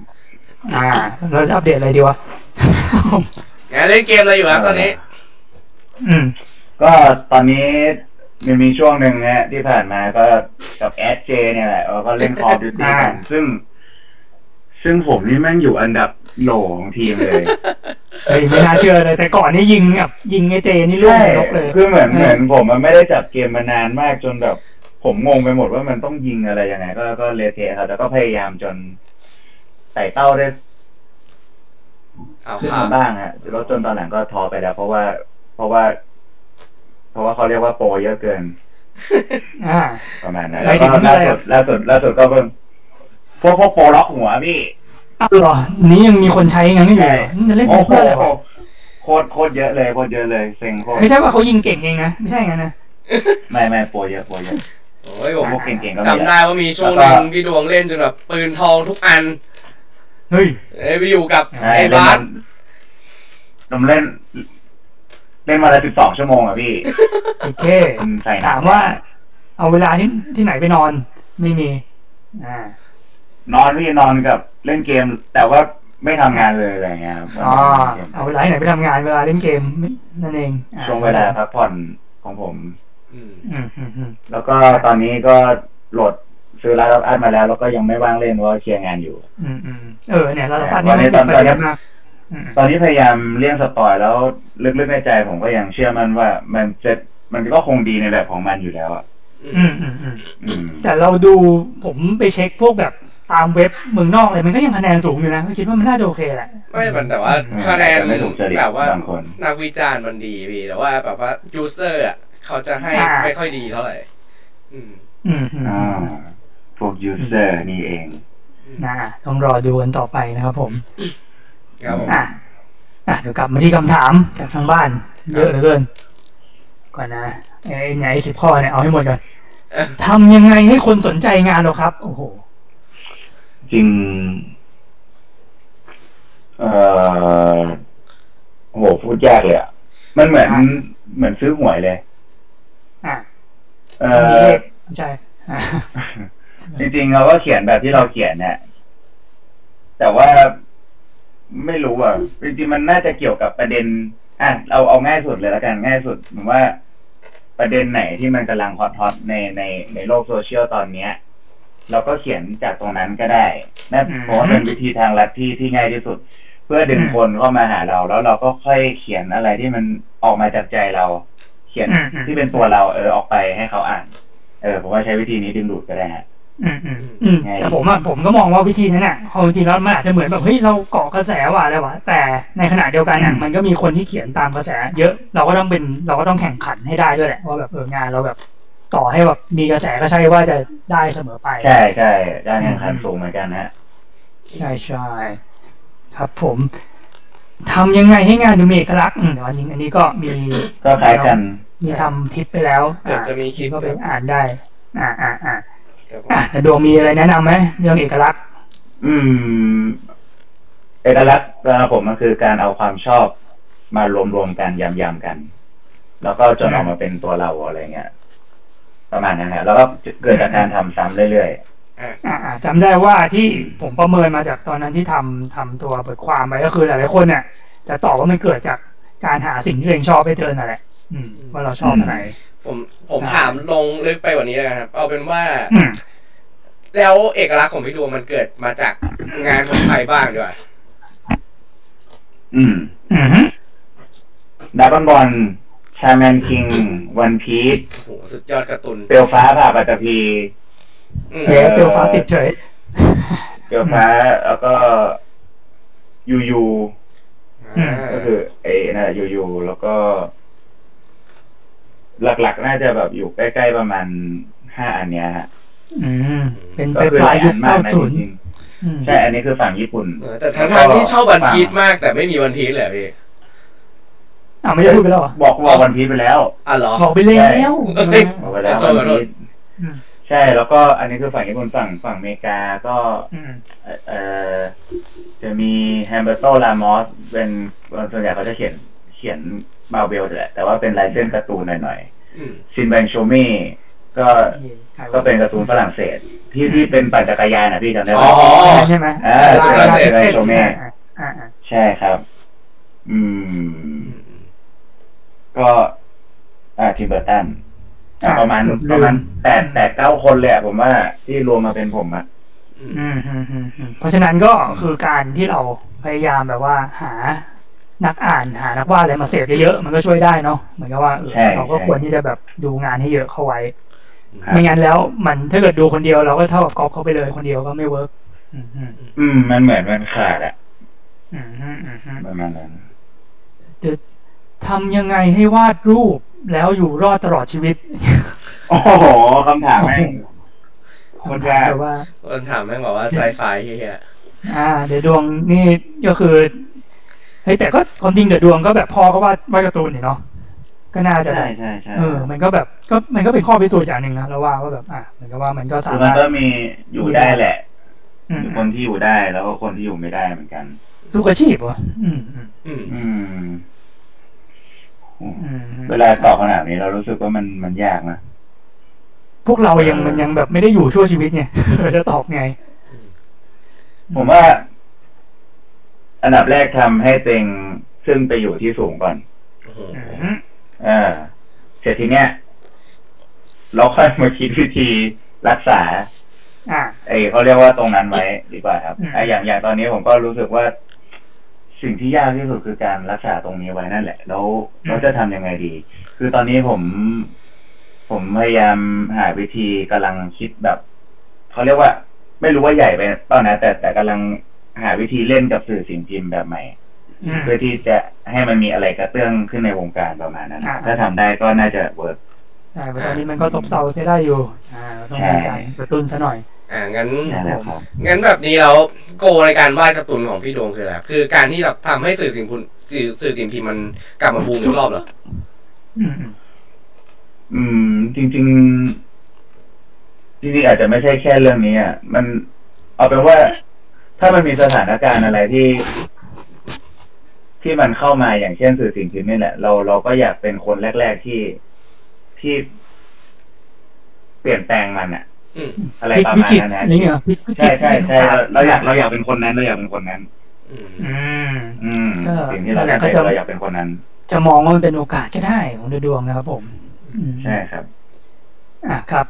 Speaker 3: อ่าเราจะอัปเดตอะไรดีวะ
Speaker 1: งานเล่นเกมอะไรอยู่ครับตอนนี้
Speaker 3: อืม
Speaker 2: ก็ตอนนี้มันมีช่วงหนึ่งนะฮะที่ผ่านมาก็กับแอดเจเนี่ยแหละเราก็ เล่นคอร์ดิวตี้กัน
Speaker 3: อ่า
Speaker 2: ซึ่ง ซึ่งผมนี่แม่งอยู่อันดับโหลของทีมเลย
Speaker 3: เฮ้ยไม่น่าเชื่อเลย แต่ก่อนนี่ยิงแบบยิงไอเจนี่ลูกนกเลย
Speaker 2: คือเหมือนเหมือนผมมันไม่ได้จับเกมมานานมากจนแบบ ผมงงไปหมดว่ามันต้องยิงอะไรยังไงก็ก็เละเทะครับแล้วก็พยายามจนไต่เต้าได้
Speaker 1: เอา
Speaker 2: ขึ้น
Speaker 1: ครับ
Speaker 2: มาบ้างฮะแล้วจนตอนหลังก็ท้อไปแล้ว เพราะว่า เพราะว่า เพราะว่าเขาเรียกว่าโปรเยอะเกิน
Speaker 3: อ่า
Speaker 2: ประมาณนั้น
Speaker 3: ห
Speaker 2: แล้
Speaker 3: มายว ถึ
Speaker 2: ก็
Speaker 3: ง
Speaker 2: ล่า
Speaker 3: อะไร
Speaker 2: สุ
Speaker 3: อะ
Speaker 2: ดล่าสุดล่าสุดก็เพิ่งพวกพวกโปรล็อกหัวพี่
Speaker 3: อ้าวเหรอ นี้ยังมีคนใช้งั้นอยู่เหรอมันจะเล่น
Speaker 2: โอ้โห
Speaker 3: เพื่ออะไรวะ
Speaker 2: โคตรโคตรเยอะเลยโคตรเยอะเลยเซ็งโคตร
Speaker 3: ไม่ใช่ว่าเขายิงเก่งเองนะ ไม่ใช่งั้นนะ
Speaker 2: ไม่ไม่โปรเยอะโปรเยอะ
Speaker 1: โอ้ยผ
Speaker 2: โอ้
Speaker 1: ม
Speaker 2: พวกเก่งๆก็มี
Speaker 1: จำได้ว่ามีช่วงหนึ่ง
Speaker 2: แล้วก็
Speaker 1: พี่ดวงเล่นจนแบบปืนทองทุกอัน
Speaker 3: เฮ้ย
Speaker 1: เอ้ยไปอยู่กับ
Speaker 2: ใช่
Speaker 1: ไอ้
Speaker 2: เล่น
Speaker 1: บา
Speaker 2: มั
Speaker 1: ส
Speaker 2: นผมเล่น เล่นมาละสิบสองชั่วโมง อ่ะพี่
Speaker 3: โอเค
Speaker 2: อืมใส่หนัก
Speaker 3: ถามว่า เอาเวลาที่ที่ไหนไปนอน ไม่มี อ่า
Speaker 2: นอนพี่นอนกับเล่นเกม แต่ว่าไม่ทำงานเลยอะไรเงี้ยครับ
Speaker 3: อ๋อ เอาเวลาที่ไหนไปทำงาน เวลาเล่นเกมนั่นเองอ่ะ
Speaker 2: ช่วงเวลาพักผ่อนของผม
Speaker 1: อืม
Speaker 3: อืมอืมอืม
Speaker 2: แล้วก็ตอนนี้ก็โหลดซื้อร้านรับอัดมาแล้ว แล้วก็ยังไม่ว่างเล่นเพราะว่าเคลียร์งานอยู่
Speaker 3: อืมอืมเออ เนี่ยเราสัมภาษณ์นี่มันเป็นประเด็นมากอืม
Speaker 2: ตอนนี้พยายามเลี่ยงสปอยแล้วลึกๆในใจผมก็ยังเชื่อมั่นว่ามันจะมันก็คงดีในแบบของมันอยู่แล้วอ่ะ
Speaker 3: อืมอืมอืม
Speaker 2: อืม
Speaker 3: แต่เราดูผมไปเช็คพวกแบบตามเว็บเมืองนอกอะไรมันก็ยังคะแนนสูงอยู่นะก็คิดว่ามันน่าจะโอเคแหละ
Speaker 1: ไม่มันแต่ว่าคะแนน
Speaker 2: อาจจะไม่ถูกจริต
Speaker 1: แบบว่า
Speaker 2: บางคน
Speaker 1: นักวิจารณ์มันดีพี่แต่ว่าแบบว่า ยูเซอร์อ่ะ เขาจะให้ไม่ค่อยดีเท่าไหร่ อืม
Speaker 3: อืมอืม
Speaker 2: อ่าพวกยูเซอร์นี่เอง
Speaker 3: นะต้องรอดูกันต่อไปนะครับผม
Speaker 1: ครับผม
Speaker 3: อ่ะอ่ะเดี๋ยวกลับมาที่คำถามจากทางบ้าน เยอะเหลือเกิน ก่อนนะไอ้ไหนสิบข้อเนี่ยเอาให้หมดก่อน
Speaker 1: เออ
Speaker 3: ทำยังไงให้คนสนใจงานเราครับ โอ้โห
Speaker 2: จริง เอ่อโหพูดยากเลยอ่ะ มันเหมือนเหมือนซื้อหวยเลย
Speaker 3: อ่ะ
Speaker 2: เอ่
Speaker 3: มีเล
Speaker 2: อ
Speaker 3: ขไม่ใช่อ่ะ
Speaker 2: จริงๆเราก็เขียนแบบที่เราเขียนเนี่ยแต่ว่าไม่รู้อ่ะจริงๆมันน่าจะเกี่ยวกับประเด็น อ่ะเราเอาง่ายสุดเลยละกันง่ายสุดผมว่า ประเด็นไหนที่มันกำลังฮอตฮอตๆในในในโลกโซเชียลตอนเนี้ย เราก็เขียนจากตรงนั้นก็ได้นั่นเพราะว่าเป็นวิธีทางลัดที่ที่ง่ายที่สุด เพื่อดึงคนเข้ามาหาเรา แล้วเราก็ค่อยเขียนอะไรที่มันออกมาจากใจเรา เขียนที่เป็นตัวเราเออออกไปให้เขาอ่าน เออผมว่าใช้วิธีนี้ดึงดูดก็ได้ฮะ
Speaker 3: อืมอืมอืมแต่ผมอะผมก็มองว่าวิธีนั้นอะความจริงแล้วมันอาจจะเหมือนแบบเฮ้ยเราเกาะกระแสว่ะอะไรวะแต่ในขณะเดียวกันอะ
Speaker 2: อืม
Speaker 3: มันก็มีคนที่เขียนตามกระแส เยอะเราก็ต้องเป็นเราก็ต้องแข่งขันให้ได้ด้วยแหละว่าแบบเอองานเราแบบต่อให้แบบมีกระแสก็ใช่ว่าจะได้เสมอไป
Speaker 2: ใช่ใช่ด้านแข่งขันสูงเหมือนกันนะฮะ
Speaker 3: ใช่ใช่ครับผมทำยังไงให้งานดูมีเอกลักษณ์อืมอันนี้อันนี้ก็มี
Speaker 2: ก็คล้ายกัน
Speaker 3: มีทำทิปไปแล้ว
Speaker 1: เดี๋ยวจะมีคลิป
Speaker 3: ก็ไปอ่านได้ อ่าอ่าอ่า
Speaker 1: ครับผม
Speaker 3: อ่ะแต่ดวงมีอะไรแนะนำไหมเรื่องเอกลักษณ์
Speaker 2: อืมเอกลักษณ์สำหรับผมมันคือการเอาความชอบมารวมๆกันยำๆกัน แล้วก็จนออกมาเป็นตัวเราอะไรเงี้ย ประมาณนั้นฮะแล้วก็เกิดจากการทำซ้ำเรื่อย
Speaker 1: อ่ะ
Speaker 3: อ่าอ่าจำได้ว่าที่ผมประเมินมาจากตอนนั้นที่ทำทำตัวบทความไปก็คือหลายๆคนเนี่ยจะตอบว่ามันเกิดจากการหาสิ่งที่ตัวเองชอบไปเจอนั่นแหละ อืมว่าเราชอบอะไร
Speaker 1: ผมผมถามลงลึกไปกว่านี้เลยนะครับ เอาเป็นว่า
Speaker 3: อืม
Speaker 1: แล้วเอกลักษณ์ของพี่ดวงมันเกิดมาจากงานของใครบ้างด้วย
Speaker 2: ๆ อืม
Speaker 3: อืมฮึ
Speaker 2: ดับเบิลบอลชาแมนคิง วันพีช
Speaker 1: โอ้โหสุดยอดการ์ตูน
Speaker 2: เปลวฟ้าผ่าปัตตภี
Speaker 1: อืม
Speaker 3: เดี๋ยวเปลวฟ้าติดเฉย
Speaker 2: เปลวฟ้าแล้วก็ยูยู
Speaker 3: อืม
Speaker 2: ก็คือไอ้นั่นแหละยูยูแล้วก็ หลักๆ น่าจะแบบอยู่ใกล้ๆประมาณห้าอันเนี้ยฮะ
Speaker 3: อืมเป็น
Speaker 2: ก็
Speaker 3: ไป
Speaker 2: คือ
Speaker 3: ป
Speaker 2: ห
Speaker 3: ลา
Speaker 2: ลาย ย
Speaker 3: ยุ
Speaker 2: อั
Speaker 3: คน
Speaker 2: มา
Speaker 3: เก้าก
Speaker 2: นะจ
Speaker 3: ศูนย์
Speaker 2: ริงๆใช่ อันนี้คือฝั่งญี่ปุ่น
Speaker 1: เออแต่ทั้งทางๆที่ชอบวันพีชมากแต่ไม่มีวันพีชเลยอะพี่
Speaker 3: อ่าไม่ได้พูดไปแล้วเหรอ
Speaker 2: บอกว่าวันพีชไปแล้ว
Speaker 1: อ่ะเหรอ
Speaker 3: บอกไปแล้ว
Speaker 1: เอ้ย
Speaker 2: บอกไปแล้ว
Speaker 1: ขอ
Speaker 2: วัน
Speaker 1: โทษ
Speaker 2: พีช
Speaker 3: อืม
Speaker 2: ใช่ แล้วก็อันนี้คือฝั่งญี่ปุ่นฝั่งฝั่งอเมริกาก็
Speaker 3: อืม
Speaker 2: เอ่อจะมีแฮมเบอร์โตลามอสเป็นส่วนใหญ่เขาจะเขียนเขียนมาเวลแหละแต่ว่าเป็นลายเส้นการ์ตูนหน่อย
Speaker 1: อืม
Speaker 2: ๆซินแบงโชเม่ก็ ก็เป็นการ์ตูนฝรั่งเศส ที่ที่เป็นปั่นจักรยานอ่ะพี่จำได้ไหม
Speaker 1: อ๋อ
Speaker 3: ใช่ไหม
Speaker 2: เออ
Speaker 1: ฝรั่งเศส
Speaker 2: ได้โชเม่
Speaker 3: อ่าอ่า
Speaker 2: ใช่ครับ อืม ก็อ่าทิมเบอร์ตันอ่ะประมาณประมาณแปดแปดเก้าคนเลยอะผมว่าที่รวมมาเป็นผมอ่ะ
Speaker 1: อืม
Speaker 3: อืมอืมอืมอืมเพราะฉะนั้นก็คือการที่เราพยายามแบบว่าหานักอ่านหานักวาดอะไรมาเสพเยอะๆมันก็ช่วยได้เนาะเหมือนกับว่าเออ
Speaker 2: ใช่
Speaker 3: เราก็
Speaker 2: ใช่
Speaker 3: ควรที่จะแบบดูงานให้เยอะเข้าไว้
Speaker 2: ครับ
Speaker 3: ไม่งั้นแล้วมันถ้าเกิดดูคนเดียวเราก็เท่ากับก๊อปเข้าไปเลยคนเดียวก็ไม่เวิร์กอืมอืม
Speaker 2: อืม มันเหมือนมันขาดอ่ะ
Speaker 3: อืมอืมอืมอืม
Speaker 2: ประมาณนั้น
Speaker 3: ทำยังไงให้วาดรูปแล้วอยู่รอดตลอดชีวิต
Speaker 2: โอ้โหคำถามแม่ง คนแรก
Speaker 3: แต่ว่า
Speaker 1: คนถามแม่งบอกว่าไซไฟเฮีย
Speaker 3: อ่า เดี๋ยวดวงนี่ก็คือเฮ้ยแต่ก็ความจริงเดี๋ยวดวงก็แบบพอก็วาดวาดการ์ตูนเนี่ยเนาะก็น่าจะแบ
Speaker 2: ใช่
Speaker 3: บ
Speaker 2: ใช่ใช่
Speaker 3: เออ มันก็แบบก็มันก็เป็นข้อพิสูจน์อย่างหนึ่งนะเราว่าว่าแบบ อ่าเหมือนกับว่ามันก็สา
Speaker 2: คือมั
Speaker 3: มาน รถ
Speaker 2: ก็มีอยู่ได้แหละ
Speaker 3: อืม
Speaker 2: มีคนที่อยู่ได้แล้วก็คนที่อยู่ไม่ได้เหมือนกัน
Speaker 3: ลูกอาชีพวะอืมอืม
Speaker 1: อืม
Speaker 2: อืม
Speaker 3: อืม
Speaker 2: เวลาตอบคำถามนี้เรารู้สึกว่ามันมันยากนะ
Speaker 3: พวกเรายังมันยังแบบไม่ได้อยู่ชั่วชีวิตไง เราจะตอบไง
Speaker 2: ผมว่า อันดับแรกทำให้ตัวเองซึ่งไปอยู่ที่สูงก่อน
Speaker 1: โอ้โห
Speaker 3: อืม
Speaker 2: เออเสร็จทีเนี้ยเราค่อยมาคิดวิธีรักษา
Speaker 3: อ่า
Speaker 2: ไอ้เขาเรียกว่าตรงนั้นไว้ดีกว่าครับ
Speaker 3: อืม
Speaker 2: ไอ้อย่างอย่างตอนนี้ผมก็รู้สึกว่า สิ่งที่ยากที่สุดคือการรักษาตรงนี้ไว้นั่นแหละ แล้วเราจะทำยังไงดี คือตอนนี้ผม ผมพยายามหาวิธีกำลังคิดแบบเขาเรียกว่า ไม่รู้ว่าใหญ่ไปเปล่านะแต่แต่กำลังหาวิธีเล่นกับสื่อสิ่งพิมพ์แบบใหม่
Speaker 3: อืม
Speaker 2: เพื่อที่จะให้มันมีอะไรกระเตื้องขึ้นในวงการประมาณนั้น
Speaker 3: อ่า
Speaker 2: ถ้าทำได้ก็น่าจะเวิร์ก
Speaker 3: ใช่เพราะตอนนี้มันก็ซบเซาใช้ได้อยู่ อ่าต้องมีการกระตุ้นซะหน่อย
Speaker 1: อ่างั้น
Speaker 2: นั่นแหละครับ
Speaker 1: งั้นแบบนี้แล้วโกลในการวาดการ์ตูนของพี่ดวงคืออะไรครับคือการที่แบบทำให้สื่อสิ่งพิมพ์สื่อสื่อสิ่งพิมพ์มันกลับมาบูมอีกรอบเหรอ
Speaker 3: อืมอืม
Speaker 2: อืม จริง ๆ จริงๆอาจจะไม่ใช่แค่เรื่องนี้อ่ะมันเอาเป็นว่า ถ้ามันมีสถานการณ์อะไรที่ ที่มันเข้ามาอย่างเช่นสื่อสิ่งพิมพ์นี่แหละ เราเราก็อยากเป็นคนแรก ๆที่ที่เปลี่ยนแปลงมันอ่ะ
Speaker 1: อืม
Speaker 2: อะไร
Speaker 3: พลิก
Speaker 2: ประ
Speaker 3: วิ
Speaker 2: มาณ
Speaker 3: กฤต
Speaker 2: นั้นนะ
Speaker 3: นี่เหรอพลิกวิกฤ
Speaker 2: ใช่
Speaker 3: ต
Speaker 2: ใช่ใช่เราเราอยากเราอยากเป็นคนนั้นเราอยากเป็นคนนั้น
Speaker 1: อืม
Speaker 3: อืม
Speaker 2: อืม
Speaker 3: ก็
Speaker 2: สิ่งที่เราอยากเป็น
Speaker 3: นั่นแหละก็จะ
Speaker 2: เราอยากเป็นคนนั้น
Speaker 3: จะมองว่ามันเป็นโอกาสก็ได้ของดวงนะครับผมอืม
Speaker 2: ใช่ครับ
Speaker 3: อ่ะครับ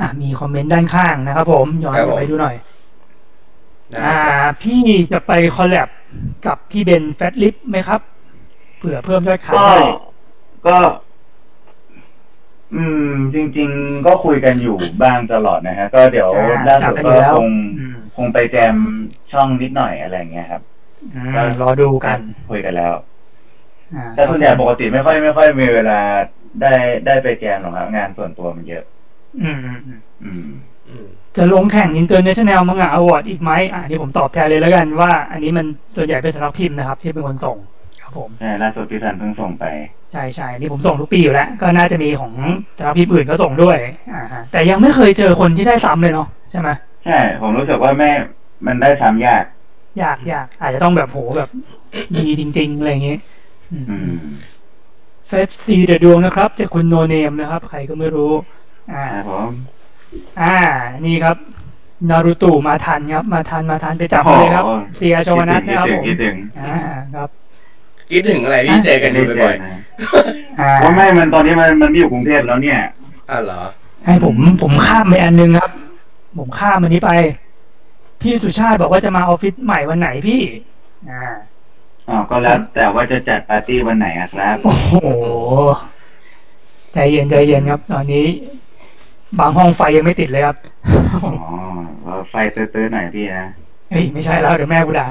Speaker 3: อ่ะมีคอมเมนต์ด้านข้างนะครับผมย้อนกลับไปดูหน่อย
Speaker 1: ได้
Speaker 3: อ่า
Speaker 1: ครับ
Speaker 3: พี่จะไปคอลแลบกับพี่เบนแฟตลิฟไหมครับเผื่อเพิ่มยอดขาย
Speaker 2: ก็
Speaker 3: ได้
Speaker 2: ก็ อืม จริง ๆ ก็คุยกันอยู่บ้างตลอดนะฮะ ก็เดี๋ยว
Speaker 3: อ่า
Speaker 2: ล่าสุ
Speaker 3: จั
Speaker 2: ด
Speaker 3: บกันอยู่
Speaker 2: ก็
Speaker 3: แล้ว
Speaker 2: คง
Speaker 3: อืม
Speaker 2: คงไปแจมช่องนิดหน่อยอะไรอย่างเงี้ยครับ
Speaker 3: อ่ารอดูกัน
Speaker 2: คุยกันแล้ว
Speaker 3: อ่า
Speaker 2: แต่ส่วนใหญ่ปกติไม่ค่อยไม่ค่อยมีเวลาได้ได้ไปแจมหรอกครับงานส่วนตัวมันเยอะ
Speaker 3: อืมอืมอืม
Speaker 2: อืม
Speaker 1: อืม
Speaker 3: จะลงแข่ง International Manga Award อีกไหมอ่านี่ผมตอบแทนเลยแล้วกันว่า อันนี้มันส่วนใหญ่เป็นสำนักพิมพ์นะครับ ที่เป็นคนส่งครับผม
Speaker 2: ใช่ล่าสุดพี่สันเพิ่งส่งไป
Speaker 3: ใช่ใช่นี่ผมส่งทุกปีอยู่แล้ว ก็น่าจะมีของสำนักพิมพ์อื่นก็ส่งด้วยอ่าฮะแต่ยังไม่เคยเจอคนที่ได้ซ้ำเลยเนาะใช่ไหม
Speaker 2: ใช่ ผมรู้สึกว่าแม่มันได้ซ้ำยาก
Speaker 3: ยากยากอาจจะต้องแบบโหแบบดีจริงๆ อะไรอย่างงี้
Speaker 2: อืม
Speaker 3: เฟซซีเดดวงนะครับจากคุณโนเนมนะครับ ใครก็ไม่รู้ อ่า
Speaker 2: ครับผม
Speaker 3: อ่า นี่ครับ นารูตูมาทันครับ มาทันมาทันไปจับมาเลยครับ เสียชวนัทนะครับ
Speaker 2: คิด
Speaker 3: ผ
Speaker 2: ถึง
Speaker 3: ม
Speaker 2: คิดถึง
Speaker 3: อ่าครับ
Speaker 1: คิดถึงอะไรพี่เจอกันอยู่บ่อย
Speaker 3: อ่า
Speaker 2: เพราะไม่ มันตอนนี้มันมันไม่อยู่กรุงเทพแล้วเนี่ย
Speaker 1: ๆอ่ะเหรอ
Speaker 3: ให้ผมผมข้ามไปอันนึงครับ ผมข้ามอันนี้ไป พี่สุชาติบอกว่าจะมาออฟฟิศใหม่วันไหนพี่ อ่า
Speaker 2: อ๋อ ก็แล้วแต่ว่าจะจัดปาร์ตี้วันไหนอะครับ
Speaker 3: โอ้โห ใจเย็นใจเย็นครับ ตอนนี้ บางห้องไฟยังไม่ติดเลยครับ
Speaker 2: อ๋อเอาไฟเตื้อๆหน่อยพี่นะ
Speaker 3: เฮ้ย ไม่ใช่แล้ว เดี๋ยวแม่กูด่า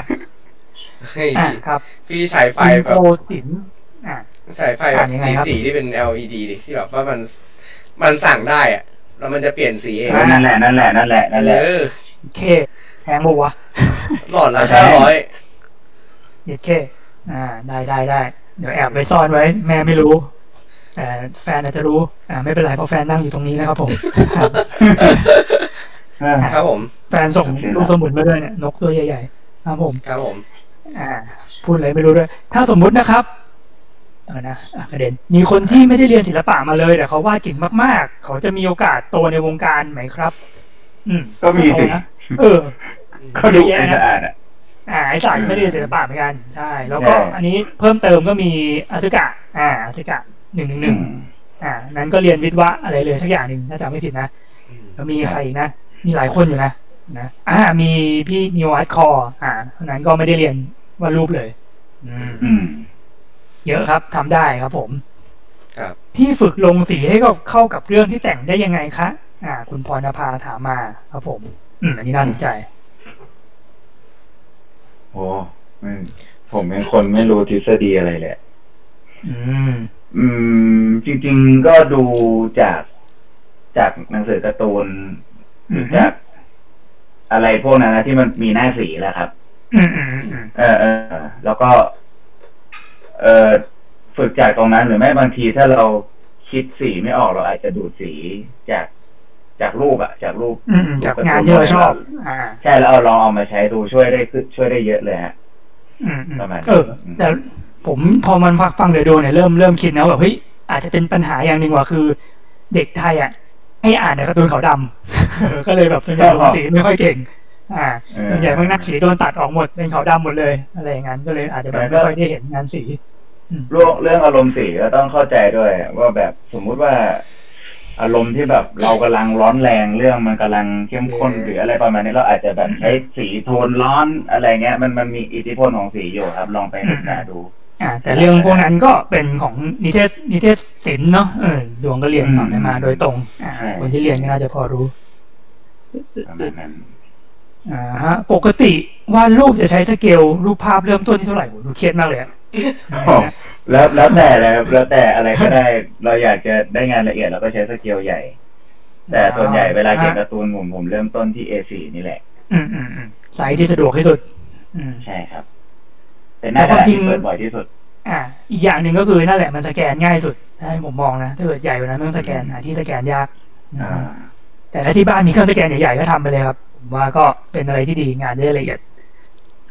Speaker 1: เฮ้ย
Speaker 3: อ่ะ
Speaker 1: พี่
Speaker 3: ครับ
Speaker 1: พี่ฉายไฟ
Speaker 3: คุณ
Speaker 1: แบบ
Speaker 3: โกตินอ่า
Speaker 1: ฉายไฟแบ
Speaker 3: อ่า
Speaker 1: บ
Speaker 3: นยังไง
Speaker 1: สี
Speaker 3: ครับ
Speaker 1: สีที่เป็น LED ดิที่แบบว่ามันมันสั่งได้อะแล้วมันจะเปลี่ยนสีเอง
Speaker 2: เออนั่นแหละนั่นแหละนั่นแหละนั่นแหละ
Speaker 1: เออ
Speaker 3: เคแพงบวะ
Speaker 1: หลอดละห้าร้อย
Speaker 3: เย็ดเค อ่า ได้ได้ได้ เดี๋ยวแอบไปซ่อนไว้ แม่ไม่รู้ แต่แฟนอาจจะรู้ อ่า ไม่เป็นไรเพราะแฟนนั่งอยู่ตรงนี้นะครับผม
Speaker 2: เออ
Speaker 1: ครับผม
Speaker 3: แฟนส่ง
Speaker 2: โอเคครับ
Speaker 3: ลูกสมุนมาด้วยเนี่ยนกตัวใหญ่ๆครับผม
Speaker 1: ครับผม
Speaker 3: อ่า พูดอะไรไม่รู้ด้วย ถ้าสมมุตินะครับเออนะอ่ะกระเด็นมีคนที่ไม่ได้เรียนศิลปะมาเลย แต่เขาวาดเก่งมากๆ เขาจะมีโอกาสโตในวงการไหมครับ อืม
Speaker 2: ก็มีสิ
Speaker 3: โตนะเออ
Speaker 2: ก็ดูเป็นสะอาดอ่ะ
Speaker 3: อ่าไอสายไม่ได้เรียนศิลปะเหมือนกันใช่ แล้วก็
Speaker 2: ใช่
Speaker 3: อันนี้เพิ่มเติมก็มีอสุกะ อ่าอสุกะหนึ่งหนึ่งหนึ่งอ่า นั้นก็เรียนวิทย์วะอะไรเลยสักอย่างหนึ่งถ้าจำไม่ผิดนะ แล้วมีใครอีกนะ มีหลายคนอยู่นะ นะ อ่า มีพี่นิวอาร์ตคอร์อ่าคนนั้นก็ไม่ได้เรียนวาดรูปเลย อืม
Speaker 2: อืม
Speaker 3: เยอะครับ ทำได้ครับผม
Speaker 1: ครับ
Speaker 3: พี่ฝึกลงสีให้กับเข้ากับเรื่องที่แต่งได้ยังไงคะ อ่า คุณพรณภาถามมาครับผม อืม อันนี้น่าสนใจ
Speaker 2: โอ้อืมผมเป็นคนไม่รู้ทฤษฎีอะไรเลย
Speaker 3: อืม
Speaker 2: อืม จริง ๆ ก็ดูจากจากหนังสือการ์ตูน
Speaker 3: อืม
Speaker 2: จาก อะไรพวกนั้นนะที่มันมีหน้าสีแหละครับ
Speaker 3: อืมอืมอืม
Speaker 2: เออเออแล้วก็ เออฝึกจากตรงนั้นหรือไม่บางทีถ้าเราคิดสีไม่ออกเราอาจจะดูดสีจากจากรูปอะจากรูป
Speaker 3: อืมจากงานที่เราชอบ อ่า
Speaker 2: ใช่แล้วเอาลองเอามาใช้ดูช่วยได้ขึ้นช่วยได้เยอะเลยฮะ
Speaker 3: อืมอืม
Speaker 2: ประมาณนั้น
Speaker 3: เออ แต่ผมพอมันฟังฟังเดี๋ยวดูเนี่ยเริ่มเริ่มคิดนะว่าแบบเฮ้ยอาจจะเป็นปัญหาอย่างหนึ่งว่าคือ เด็กไทยอ่ะให้อ่านแต่การ์ตูนขาวดำ เออก็เลยแบบส่วนใหญ่ลงสีไม่ค่อยเก่ง อ่า
Speaker 2: เออ
Speaker 3: ส่วนใหญ่มันนักสีโดนตัดออกหมดเป็นขาวดำหมดเลย อะไรอย่างนั้นก็เลยอาจจะแบบไม่ค่อยได้เห็นงานสี
Speaker 2: เรื่องเรื่องอารมณ์สีก็ต้องเข้าใจด้วย ว่าแบบสมมุติว่า อารมณ์ที่แบบเรากำลังร้อนแรงเรื่องมันกำลังเข้มข้น
Speaker 1: อืม
Speaker 2: หรืออะไรประมาณนี้เราอาจจะแบบใช้สีโทนร้อนอะไรเงี้ย มันมันมีอิทธิพลของสีอยู่ครับ ลองไปศึกษาดู
Speaker 3: อ่า แต่เรื่องพวกนั้นก็เป็นของนิเทศนิเทศศิลป์เนาะเออดวงก็เรียนฝั่งนั้นมาโดยตรง อ่า
Speaker 2: ใช่
Speaker 3: คนที่เรียนก็น่าจะพอรู้
Speaker 2: ประมาณนั้น
Speaker 3: อ่าฮะปกติวาดรูปจะใช้สเกลรูปภาพเริ่มต้นที่เท่าไหร่โหดูเครียดมากเลยอะ
Speaker 2: แล้วแล้วแต่เลยครับแล้วแต่อะไรก็ได้ เราอยากจะได้งานละเอียดเราก็ใช้สเกลใหญ่ แต่ส่วนใหญ่เวลาเขียนการ์ตูนผมผมเริ่มต้นที่ A4 นี่แหละ
Speaker 3: อืมอืมอืมไซส์ที่สะดวกที่สุด อืม
Speaker 2: ใช่ครับ เป็นหน้ากระดาษที่เปิดบ่อยที่สุด
Speaker 3: อ่า อีกอย่างหนึ่งก็คือนั่นแหละมันสแกนง่ายสุดถ้าให้ผมมองนะถ้าเกิดใหญ่กว่านั้นมันต้องสแกนหาที่สแกนยากอืม
Speaker 2: อ่า
Speaker 3: แต่ถ้าที่บ้านมีเครื่องสแกนใหญ่ๆก็ทำไปเลยครับผมว่าก็เป็นอะไรที่ดีงานได้ละเอียด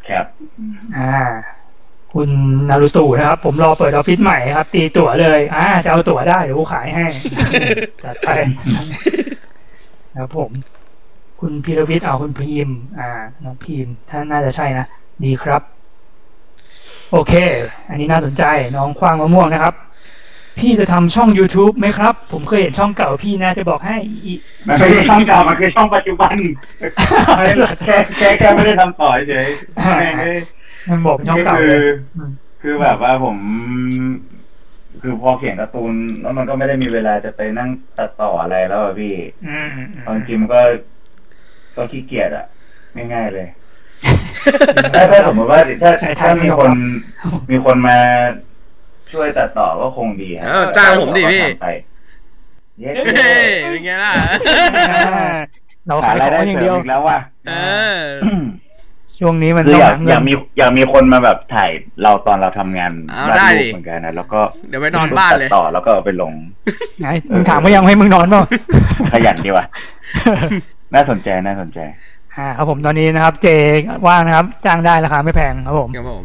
Speaker 2: ครับ
Speaker 3: อ่า คุณนารุตูนะครับ ผมรอเปิดออฟฟิศใหม่ครับ ตีตั๋วเลย อ่า จะเอาตั๋วได้เดี๋ยวกูขายให้ จัดไปครับผม คุณพีรวิทย์เอาคุณพีมพ์อ่า น้องพีมพ์ท่านน่าจะใช่นะ ดีครับ โอเค อันนี้น่าสนใจ น้องควางมะม่วงนะครับ พี่จะทำช่อง YouTube ไหมครับ ผมเคยเห็นช่องเก่าพี่นะจะบอกให้อี
Speaker 2: มันไม่ใช่ช่องเก่ามันคือช่องปัจจุบัน แค่แค่แค่ไม่ได้ทำต่อเฉ ย
Speaker 3: อ่า มันบอกเป็นช่องเก่า
Speaker 2: คื
Speaker 3: เล
Speaker 2: อย คือแบบว่าผม คือพอเขียนการ์ตูนแล้วมันก็ไม่ได้มีเวลาจะไปนั่งตัดต่ออะไรแล้วอะพี่
Speaker 3: อืมอืมอืม
Speaker 2: บางทีมันก็ก็ขี้เกียจอะง่ายๆ เลยถ้าถ้าสมมติว่าถ้าถ้ามีคนมีคนมาช่วยตัดต่อก็คงดีครับ
Speaker 4: เออจ้างผมดิพี่
Speaker 2: ทำไปเย้
Speaker 4: เฮ้ยเป็นไงล่ะ
Speaker 3: เรา
Speaker 2: หา
Speaker 3: ขายข
Speaker 2: รา
Speaker 3: อย
Speaker 2: ได้
Speaker 3: งอย่าง
Speaker 2: เสริ
Speaker 3: เดีย
Speaker 2: ม
Speaker 3: ว
Speaker 2: อีกแล้วว่ะ
Speaker 4: เออ
Speaker 3: ช่วงนี้มัน
Speaker 2: คือ
Speaker 3: ต้องหาก
Speaker 2: อยา
Speaker 3: เงิน
Speaker 2: อยากมีอยากมีคนมาแบบถ่ายเราตอนเราทำงาน
Speaker 4: เอา
Speaker 2: วาด
Speaker 4: ได้
Speaker 2: รู
Speaker 4: ดิ
Speaker 2: ปเหมือนกันนะแล้วก็
Speaker 4: เดี๋ยวไปนอนบ้านเลย
Speaker 2: ตัดต่อแล้วก็เอาไปลง
Speaker 3: ไงมึงถามว่ายังให้มึงนอนเปล่า
Speaker 2: ขยันดีว่ะ น่าสนใจน่าสนใจ
Speaker 3: อ่าครับผมตอนนี้นะครับ เจว่างนะครับ จ้างได้ราคาไม่แพงครับผม
Speaker 4: ครับผม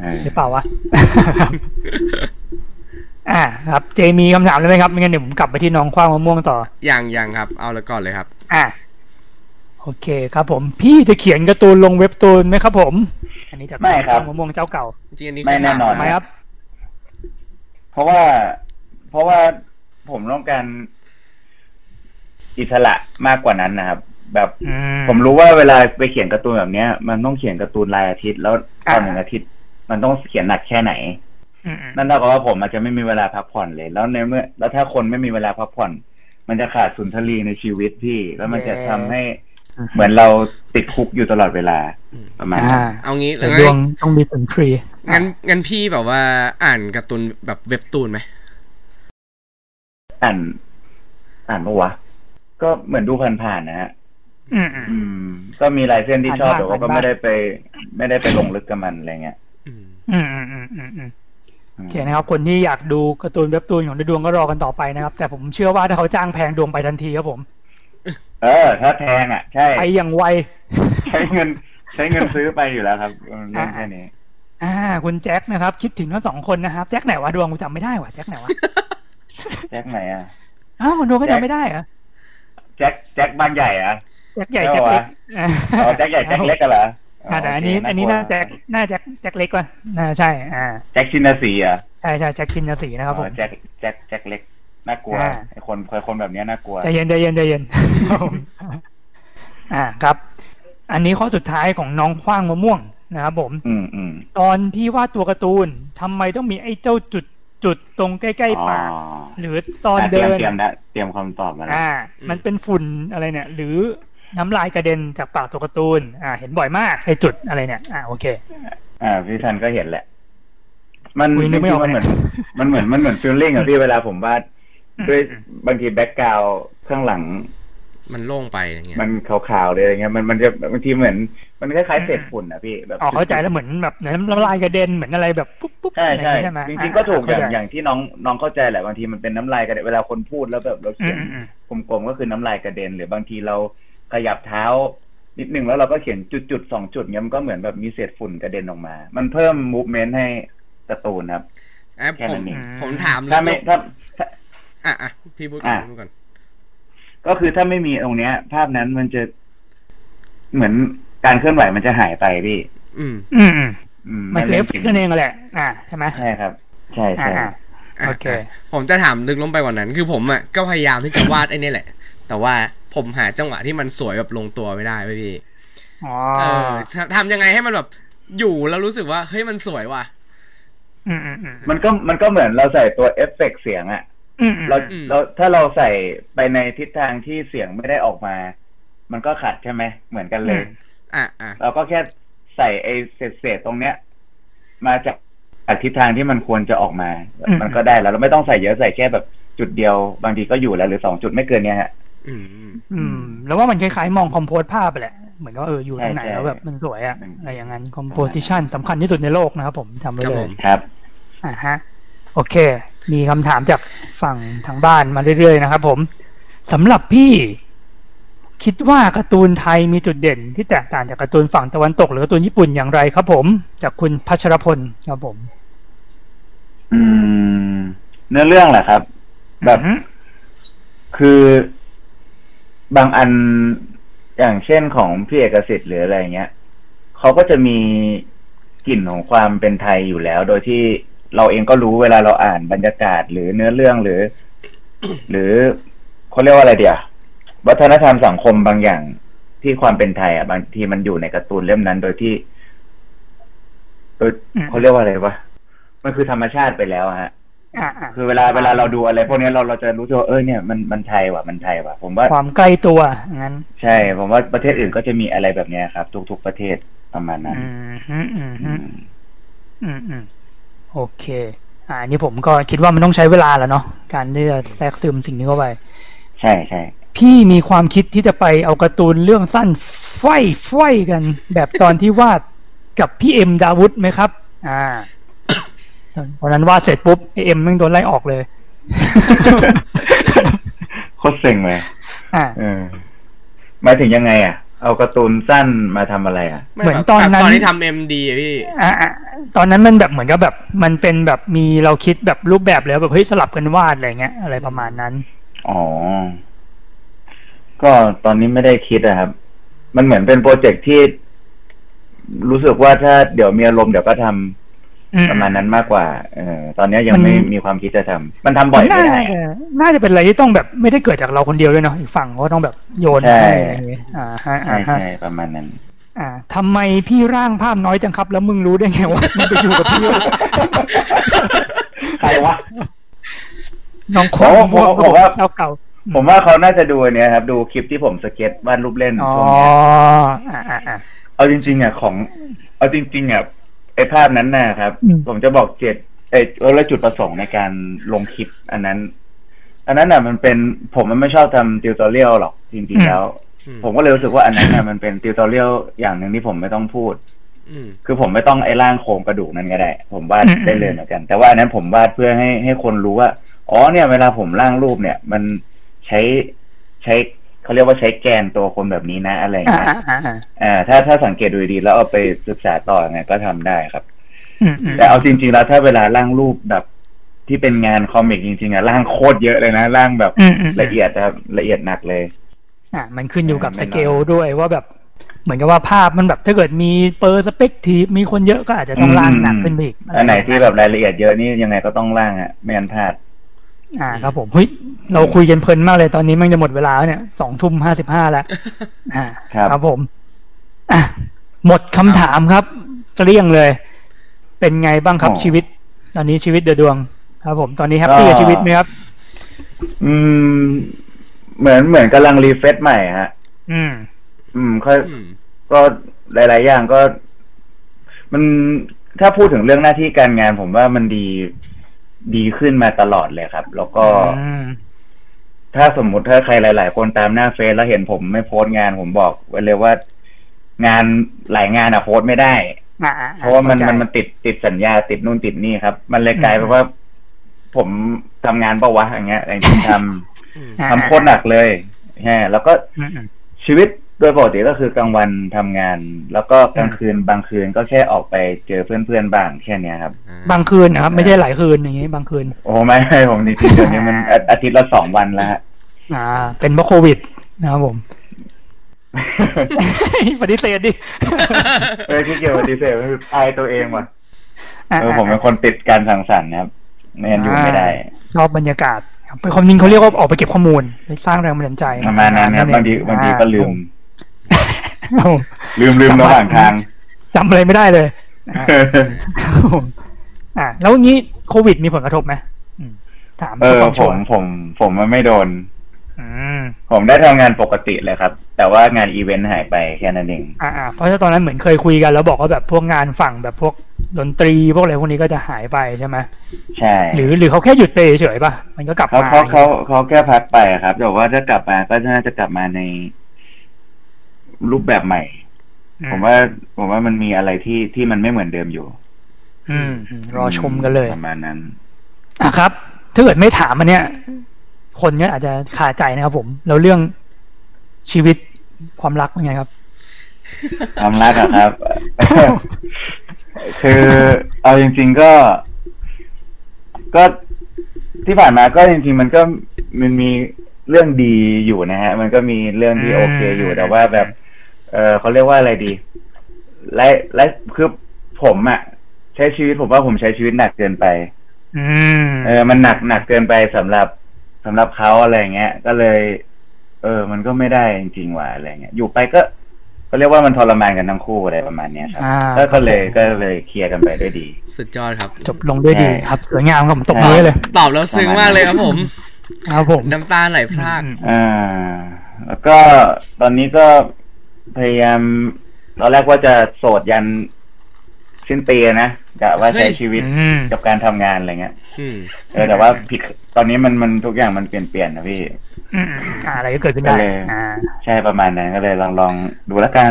Speaker 2: เออ
Speaker 3: หรือเปล่าวะ อ่า ครับ เจมีคำถามเลยไหมครับไม่งั้นเดี๋ยวผมกลับไปที่น้องคว้างมะม่วงต่อ
Speaker 4: ยังยังครับ เอาละก่อนเลยครับ
Speaker 3: อ่าโอเคครับผม พี่จะเขียนการ์ตูนลงเว็บตูนไหมครับผม อันนี้จากน้องคว้างมะม่วงเจ้าเก่า
Speaker 4: จริงๆอันนี้
Speaker 2: ไม่แน่นอน
Speaker 3: ทำไมครับ
Speaker 2: เพราะว่า เพราะว่าผมต้องการอิสระมากกว่านั้นนะครับ แบบ
Speaker 3: อื
Speaker 2: ผมรู้ว่าเวลาไปเขียนการ์ตูนแบบเนี้ย มันต้องเขียนการ์ตูนรายอาทิตย์แล้วตอนหนึ่งอาทิตย์ มันต้องเขียนหนักแค่ไหน
Speaker 3: อืมอืม
Speaker 2: นั่นเท่ากับว่าผมอาจจะไม่มีเวลาพักผ่อนเลย แล้วในเมื่อ แล้วถ้าคนไม่มีเวลาพักผ่อน มันจะขาดสุนทรีในชีวิตพี่ แล้วมันจะทำให้เหมือนเราติดคุกอยู่ตลอดเวลาประมาณนั้น
Speaker 3: อ่า
Speaker 4: เอางี้
Speaker 3: แต่
Speaker 4: แล้ว
Speaker 3: ด
Speaker 4: งั้
Speaker 3: วง
Speaker 4: น
Speaker 3: ต้องมีสุนทรี
Speaker 4: งั้นงั้นพี่แบบว่าอ่านการ์ตูนแบบเว็บตูนไหม
Speaker 2: อ่านอ่านปะวะ ก็เหมือนดูผ่านๆนะฮะ
Speaker 3: อืมอืม
Speaker 2: อืม ก็มีลายเส้นที่ชอบ
Speaker 3: อ่านบ้าง
Speaker 2: แต่ว่าก็
Speaker 3: อ่านบ้าง
Speaker 2: ไม่ได้ไป ไม่ได้ไปลงลึกกับมันอะไรเงี้ย
Speaker 4: อืม
Speaker 3: อืมอืมอืมอืมอืม
Speaker 2: อืม
Speaker 3: โอเคนะครับคนที่อยากดูการ์ตูนเว็บตูนของดวงก็รอกันต่อไปนะครับ แต่ผมเชื่อว่าถ้าเขาจ้างแพงดวงไปทันทีครับผม
Speaker 2: เออ ถ้าแพงอ่ะ ใช่
Speaker 3: ไปอย่างไว
Speaker 2: ใช้เงิน ใช้เงินซื้อไปอยู่แล้วครับเรื่องแค่ นี้
Speaker 3: อ่า คุณแจ็คนะครับ คิดถึงทั้งสองคนนะครับ แจ็คไหนวะดวงกูจำไม่ได้วะแจ็คไหนวะ
Speaker 2: แจ็คไหนอ่ะ
Speaker 3: อ้าวดวงก็จำไม่ได้เหรอะ
Speaker 2: แจ็คแจ็คบ้านใหญ่อ่ะ
Speaker 3: แจ็คใหญ่แจ็คเล็ก
Speaker 2: อ๋อแจ็คใหญ่แจ็คเล็กกันเหรอ
Speaker 3: อ่าแต่อันนี้
Speaker 2: โเค
Speaker 3: อันนี้
Speaker 2: กลัว
Speaker 3: น่าแจ็คน่าแจ็คแจ็คเล็กว่ะน่าใช่ อ่า
Speaker 2: แจ็คชินาสีเหรอ่ะ
Speaker 3: ใช่ใช่แจ็คชินสีนะครับผม
Speaker 2: แจ็คแจ็คแจ็คเล็กน่ากลัว
Speaker 3: อ่า
Speaker 2: ไอ้คนเคยคนแบบเนี้ยน่ากลัว
Speaker 3: ใจเย็นใจเย็นใจเย็น ครับผมอ่าครับ อันนี้ข้อสุดท้ายของน้องคว้างมะม่วงนะครับผม
Speaker 2: อืมอืม
Speaker 3: ตอนที่วาดตัวการ์ตูนทำไมต้องมีไอ้เจ้าจุดจุดๆตรงใกล้ๆปากหรือตอน
Speaker 2: เดิ
Speaker 3: เดิ
Speaker 2: น
Speaker 3: น
Speaker 2: เตรียมนะเตรียมคำตอบมาแล้ว
Speaker 3: อ่า
Speaker 4: อืม
Speaker 3: มันเป็นฝุ่นอะไรเนี่ย หรือน้ำลายกระเด็นจากปากตัวการ์ตูน อ่า เห็นบ่อยมากไอ้จุดอะไรเนี่ย อ่าโอเค
Speaker 2: อ่าพี่ทันก็เห็นแหละ มัน
Speaker 3: อุ๊ยนึ
Speaker 2: จริ
Speaker 3: กไม่อง อก
Speaker 2: ๆมันเหมือน มันเหมือนมันเหมือนฟิลลิ่งอ่ะพี่เวลาผมวาด
Speaker 3: อืม
Speaker 2: ด้วยบางทีแบ็กกราวข้างหลัง
Speaker 4: มันโล่งไปอย่างเงี้ย
Speaker 2: มันขาวๆเลยอะไรเงี้ยมันมันจะบางทีเหมือน มันคล้ายๆเศษฝุ่นอ่ะพี่แบบ
Speaker 3: อ๋อเข้าใจแล้วเหมือนแบบน้ำลายกระเด็นเหมือนอะไรแบบปุ๊บปุ๊บ
Speaker 2: ใช่
Speaker 3: อะไรอย่างเงี้ย
Speaker 2: ใช่
Speaker 3: ใช่ไหม
Speaker 2: จริงๆก็ถูกอย่าง
Speaker 3: เข้ใจ
Speaker 2: อย่างที่น้องน้องเข้าใจแหละบางทีมันเป็นน้ำลายกระเด็นเวลาคนพูดแล้วแบบเรา
Speaker 3: อื
Speaker 2: เขีย
Speaker 3: ม
Speaker 2: น
Speaker 3: อืมอืม
Speaker 2: กลมๆก็คือน้ำลายกระเด็น หรือบางทีเราขยับเท้า นิดนึงแล้วเราก็เขียนจุดๆสองจุดเงี้ยมันก็เหมือนแบบมีเศษฝุ่นกระเด็นออกมา มันเพิ่มมูฟเมนต์ให้การ์ตูนครับ
Speaker 4: ไอ้ย
Speaker 2: แค่
Speaker 4: ผ
Speaker 2: นั้
Speaker 4: ม
Speaker 2: นเอง
Speaker 4: ผมถามเลย
Speaker 2: ถ้าไม่ถ้าถ้า
Speaker 4: อ่ะอ่ะพี่พูดก่อน
Speaker 2: อ่ะ
Speaker 4: พี่พูดก่อน
Speaker 2: ก็คือถ้าไม่มีตรงเนี้ย ภาพนั้นมันจะเหมือนการเคลื่อนไหวมันจะหายไปพี่
Speaker 4: อืม
Speaker 3: อืมอืม
Speaker 2: อื
Speaker 3: มันคือเอฟ
Speaker 2: ป็
Speaker 3: เฟกต์นั่นเองแหละ อ่าใช่ไหม
Speaker 2: ใช่ครับ ใช่
Speaker 3: อ่า
Speaker 2: ใช่
Speaker 3: อ่า
Speaker 4: ะ
Speaker 3: โอเค
Speaker 4: ะผมจะถามลึกลงไปกว่านั้น คือผมอ่ะก็พยายามที่จะวาดไอ้นี่แหละ แต่ว่าผมหาจังหวะที่มันสวยแบบลงตัวไม่ได้เว้ยพี่
Speaker 3: อ๋อ
Speaker 4: เออทำทำยังไงให้มันแบบอยู่แล้วรู้สึกว่าเฮ้ยมันสวยว่ะ
Speaker 3: อืมอืมอืม
Speaker 2: มันก็มันก็เหมือนเราใส่ตัวเอฟเฟกต์เสียงอะ
Speaker 3: อืมอืม
Speaker 2: เรา
Speaker 4: อืม
Speaker 2: เราถ้าเราใส่ไปในทิศทางที่เสียงไม่ได้ออกมา มันก็ขัดใช่ไหมเหมือนกันเลย
Speaker 4: อ่ะอ่ะ
Speaker 2: เราก็แค่ใส่ไอ้เศษๆตรงเนี้ย มาจากจากทิศทางที่มันควรจะออกมา มันก็ได้แล้วเราไม่ต้องใส่เยอะใส่แค่แบบจุดเดียวบางทีก็อยู่แล้วหรือสองจุดไม่เกินเนี้ยฮะ
Speaker 4: อืมอืม
Speaker 3: อืมแล้วว่ามันคล้ายๆมองคอมโพสภาพไปแหละ เหมือนว่าเอออยู่ตรงไหน
Speaker 2: ใช่
Speaker 3: แล้วแบบมันสวยอะ
Speaker 2: อืม
Speaker 3: อะไรอย่างนั้นคอมโพสิชันสำคัญที่สุดในโลกนะครับผมทำไว้
Speaker 4: ครับผ
Speaker 3: เลย
Speaker 4: ม
Speaker 2: ครับ
Speaker 3: อ่าฮะ โอเค มีคำถามจากฝั่งทางบ้านมาเรื่อยๆนะครับผมสำหรับพี่ คิดว่าการ์ตูนไทยมีจุดเด่นที่แตกต่างจากการ์ตูนฝั่งตะวันตก หรือการ์ตูนญี่ปุ่นอย่างไรครับผม จากคุณพัชรพลครับผม
Speaker 2: อืม เนื้อเรื่องแหละครับ แบบ
Speaker 3: อืม
Speaker 2: คือบางอันอย่างเช่นของพี่เอกสิทธิ์หรืออะไรเงี้ยเขาก็จะมีกลิ่นของความเป็นไทยอยู่แล้ว โดยที่เราเองก็รู้เวลาเราอ่านบรรยากาศหรือเนื้อเรื่องห รือ หรือเขาเรียกว่าอะไรเดียววัฒนธรรมสังคมบางอย่างที่ความเป็นไทย อ่ะ บางทีมันอยู่ในการ์ตูนเล่มนั้น โดยที่ โดยเขาเรียกว่าอะไรวะมันคือธรรมชาติไปแล้วอะฮะ
Speaker 3: อ่ะอ่ะ
Speaker 2: คือเวลาเวลาเราดูอะไรพวกเนี้ยเราเราจะรู้ตัวว่าเออเนี่ยมันมันไทยว่ะมันไทยว่ะผมว่า
Speaker 3: ความใกล้ตัวงั้น
Speaker 2: ใช่ ผมว่าประเทศอื่นก็จะมีอะไรแบบเนี้ยครับ ทุกๆประเทศประมาณนั้น
Speaker 3: อืมฮึอืม
Speaker 2: อื
Speaker 3: ฮึ
Speaker 2: ม
Speaker 3: อืมอืมโอเค อ่าอันนี้ผมก็คิดว่ามันต้องใช้เวลาแหล้วเนาะการที่จะแทรกซึมสิ่งนี้เข้าไป
Speaker 2: ใช่ใช่
Speaker 3: พี่มีความคิดที่จะไปเอาการ์ตูนเรื่องสั้นไฟไฟกัน แบบตอนที่วาดกับพี่เอ็มดาวุฒไหมครับ อ่าตอน นั้นวาดเสร็จปุ๊บไอ้เอ็มแม่งโดนไล่ออกเลย
Speaker 2: โคตรเซ็งเลย
Speaker 3: อ่า
Speaker 2: เออหมายถึงยังไง อ่ะ เอาการ์ตูนสั้นมาทำอะไรอ่ะ
Speaker 4: ไ
Speaker 3: เหมือนตอนนั้
Speaker 4: แบบ
Speaker 3: น
Speaker 4: ตอนที่ทำเอ็มดีอะพี่
Speaker 3: อ่าอ่าตอนนั้นมันแบบเหมือนกับแบบ มันเป็นแบบมีเราคิดแบบรูปแบบแล้วแบบเฮ้ยสลับกันวาดอะไรเงี้ยอะไรประมาณนั้น
Speaker 2: อ๋อ ก็ตอนนี้ไม่ได้คิดนะครับ มันเหมือนเป็นโปรเจกต์ที่ รู้สึกว่าถ้าเดี๋ยวมีอารมณ์เดี๋ยวก็ทำ
Speaker 3: อื
Speaker 2: ประมาณนั้นมากกว่า เออ ตอนเนี้ยยังไม่
Speaker 3: มัน
Speaker 2: มีความคิดจะทำมันทำบ่อยไม่ได้
Speaker 3: น่า
Speaker 2: อะ
Speaker 3: จะน่าจะเป็นอะไรที่ต้องแบบไม่ได้เกิดจากเราคนเดียวด้วยเนาะอีกฝั่งเขาต้องแบบโยน
Speaker 2: ใช่
Speaker 3: ให้อะไรอย่างเงี้ยอ่าฮะ
Speaker 2: ใช่
Speaker 3: อ่าฮะ
Speaker 2: ใช่ประมาณนั้น
Speaker 3: อ่าทำไมพี่ร่างภาพน้อยจังครับ แล้วมึงรู้ได้ไงว่า มันไปอยู่กับพี่วะ
Speaker 2: ใครวะ
Speaker 3: น้องโคต
Speaker 2: ผมว่าผมว่า
Speaker 3: เจ้าเก่า
Speaker 2: ผมว่าเขาน่าจะดูอันเนี้ยครับ ดูคลิปที่ผมสเก็ตวาดรูปเล่น
Speaker 3: อ๋อ
Speaker 2: ช่วงเนี้ย
Speaker 3: อ่าอ่าอ่า
Speaker 2: เอาจริงๆอ่ะของเอาจริงๆอ่ะไอภาพนั้นน่ะครับ
Speaker 3: อืม
Speaker 2: ผมจะบอกเจตเออแล้วจุดประสงค์ในการลงคลิปอันนั้น อันนั้นน่ะมันเป็นผมมันไม่ชอบทำติวตอเรียลหรอกจริงๆแล้ว
Speaker 4: อืม
Speaker 2: ผมก็เลยรู้สึกว่าอันนั้นน่ะมันเป็นติวตอเรียลอย่างหนึ่งที่ผมไม่ต้องพูด
Speaker 4: อื ม
Speaker 2: คือผมไม่ต้องไอ้ร่างโครงกระดูกนั้นก็ได้ ผมวาด
Speaker 3: อืม
Speaker 2: ได้เลยเหมือนกัน แต่ว่าอันนั้นผมวาดเพื่อให้ให้คนรู้ว่าอ๋อเนี่ย เวลาผมร่างรูปเนี่ย มันใช้ใช้เขาเรียกว่าใช้แกนตัวคนแบบนี้นะอะไรอย่าง
Speaker 3: อ่า
Speaker 2: เงี้ย
Speaker 3: อ่าอ่าอ่า
Speaker 2: อ่าถ้าถ้าสังเกตดูดีๆแล้วเอาไปศึกษาต่อยังไงก็ทำได้ครับ
Speaker 3: อืมอืม
Speaker 2: แต่เอาจริง ๆ แล้วถ้าเวลาร่างรูปแบบที่เป็นงานคอมิกจริงๆอะร่างโคตรเยอะเลยนะร่างแบบ
Speaker 3: อืมอืม
Speaker 2: ละเอียดนะครับละเอียดหนักเลย
Speaker 3: อ่ามันขึ้นอยู่กับ
Speaker 2: ไม่
Speaker 3: ส
Speaker 2: น้อย
Speaker 3: เกลด้วยว่าแบบ เหมือนกับว่าภาพมันแบบถ้าเกิดมีเปอร์สเปกทีฟมีคนเยอะก็อาจจะต้องร่างหนักขึ้นไปอีก
Speaker 2: อันไหนที่แบบรายละเอียดเยอะนี่ยังไงก็ต้องร่างอะไม่งั้นพลาด
Speaker 3: อ่าครับผมเฮ้ยเราคุยกันเพลินมากเลยตอนนี้มันจะหมดเวลาแล้วเนี่ยสองทุ่มห้าสิบห้าแล้วอ่า
Speaker 2: ครับ
Speaker 3: บผมอ่ะหมดคำถามครับเกลี้ยงเลย เป็นไงบ้างครับชีวิต ตอนนี้ชีวิตเดือดดวง ครับ ผมตอนนี้แฮปปี้กับชีวิตไหมครับ
Speaker 2: อืม เหมือนเหมือนกำลังรีเฟซใหม่ฮะ
Speaker 3: อืม
Speaker 2: อืมค่อย
Speaker 4: อืม
Speaker 2: ก็หลาย ๆ อย่างก็ มันถ้าพูดถึงเรื่องหน้าที่การงาน ผมว่ามันดีดีขึ้นมาตลอดเลยครับ แล้วก็
Speaker 3: อืม
Speaker 2: ถ้าสมมุติถ้าใครหลาย ๆ คนตามหน้าเฟซแล้วเห็นผมไม่โพสต์งานผมบอกไว้เลยว่า งานหลายงานอะโพสต์ไม่ได้
Speaker 3: อ่าอ่
Speaker 2: เพราะว่ามัน
Speaker 3: เข้ใจ
Speaker 2: มันมันติดติดสัญญาติดนู่นติดนี่ครับ มันเลยกลายเป็
Speaker 3: อื
Speaker 2: น
Speaker 3: ม
Speaker 2: ว่า ผมทำงานเปะวะอย่างเงี้ยอย่างที่ท
Speaker 4: อืม
Speaker 2: ำทำโคตรหนักเลยแฮะแล้วก็
Speaker 3: อืมอืม
Speaker 2: ชีวิตโดยปกติก็คือกลางวันทำงาน แล้วก็กลาง
Speaker 3: อืม
Speaker 2: คืนบางคืนก็แค่ออกไปเจอเพื่อนๆบ้างแค่เนี้ยครับ
Speaker 4: อ่
Speaker 3: บางคืนนะครับ ไม่ใช่หลายคืนอย่างงี้ บางคืน
Speaker 2: โอ้ไม่ไม่ผมจริงๆเดี๋ยวนี้ มันอาอาทิตย์ละสองวันแล้วฮะ
Speaker 3: อ่า เป็นเพราะโควิด นะครับผม ปฏิเสธดิ
Speaker 2: เออที่เกี่ยวกับดีเซลคืออายตัวเองว่ะ
Speaker 3: อ่า
Speaker 2: เออผมเป็นคนติดการสังสรรค์นะครับไม่งั้นอยู่ไม่ได้
Speaker 3: ชอบบรรยากาศครับเป็นความจริงเขาเรียกว่าออกไปเก็บข้อมูลไปสร้างแรงบันดาลใจ
Speaker 2: ประมาณนั้นครั
Speaker 3: เอบ
Speaker 2: บางทีบางทีก็ลืม
Speaker 3: อ่าผม
Speaker 2: ลืมลืม
Speaker 3: กลับ
Speaker 2: ระ
Speaker 3: มา
Speaker 2: หว่างทาง
Speaker 3: จำอะไรไม่ได้เลยอ่าครับผมอ่าแล้วงี้โควิดมีผลกระทบไหมอืมถาม
Speaker 2: เออ
Speaker 3: พื่ความ
Speaker 2: ผ
Speaker 3: ชัว
Speaker 2: ม
Speaker 3: ร์
Speaker 2: ผม ผมมันไม่โดน
Speaker 3: อืม
Speaker 2: ผมได้ทำงานปกติเลยครับ แต่ว่างานอีเวนต์หายไปแค่นั้นเอง
Speaker 3: อ่าอ่าเพราะว่าตอนนั้นเหมือนเคยคุยกัน แล้วบอกว่าแบบพวกงานฝั่งแบบพวกดนตรีพวกอะไรพวกนี้ก็จะหายไปใช่ไหม
Speaker 2: ใช่
Speaker 3: หรือหรือเขาแค่หยุดไปเฉยๆป่ะมันก็กลับ
Speaker 2: เขา
Speaker 3: มา
Speaker 2: เขาเขาเขาแค่พักไปอะครับแต่ว่าถ้ากลับมาก็น่าจะกลับมาในรูปแบบใหม่
Speaker 3: อื
Speaker 2: ผมว่า ผมว่ามันมีอะไรที่ที่มันไม่เหมือนเดิมอยู่
Speaker 3: อืมอืมรอชมกันเลย
Speaker 2: ประมาณนั้น
Speaker 3: อ่ะครับ ถ้าเกิดไม่ถามอันเนี้ย คนก็อาจจะคาใจนะครับผม แล้วเรื่องชีวิตความรักเป็นไงครับ
Speaker 2: ความรักอะครับ คือเอาจริง ๆก็ ก็ที่ผ่านมาก็จริง ๆ มันก็มันมีเรื่องดีอยู่นะฮะ มันก็มีเรื่องที่
Speaker 3: อืม
Speaker 2: โอเคอยู่แต่ว่าแบบ เออเขาเรียกว่าอะไรดีไลฟ์ไลฟ์คือผมอะใช้ชีวิตผมว่าผมใช้ชีวิตหนักเกินไป
Speaker 3: อืม
Speaker 2: เออ มันหนักหนักเกินไปสำหรับสำหรับเขาอะไรเงี้ย ก็เลย เออ มันก็ไม่ได้จริงๆว่ะอะไรเงี้ย อยู่ไปก็ ก็เรียกว่ามันทรมานกันทั้งคู่อะไรประมาณเนี้ยครับ
Speaker 3: อ่า
Speaker 2: ก็ก็เลยก็เลยเคลียร์กันไปด้วยดี
Speaker 4: สุดยอดครับ
Speaker 3: จบลงด้วยดี
Speaker 2: ใช่
Speaker 3: ครับสวยงามครับผมตบมือให้เลย
Speaker 4: ตอบแล้วซึ้งมากเลยครับผม
Speaker 3: ครับผม
Speaker 4: น้ำตาไหลพราก
Speaker 3: อืม
Speaker 2: อ่าแล้วก็ตอนนี้ก็พยายามตอนแรกว่าจะโสดยันสิ้นปีนะกะว่า
Speaker 4: เฮ้
Speaker 2: ใช้
Speaker 4: ย
Speaker 2: ชีวิต
Speaker 3: อืม
Speaker 2: กับการทำงานอะไรเงี้ย
Speaker 4: อืม
Speaker 2: เออแต่ว่าผิดตอนนี้มันมันทุกอย่างมันเปลี่ยนเปลี่ยนนะพี่
Speaker 3: อืมอ่าอะไรก็เกิดขึ้นได้
Speaker 2: ไปเลย
Speaker 3: อ่า
Speaker 2: ใช่ประมาณนั้นก็เลยลองลองดูแล้วกัน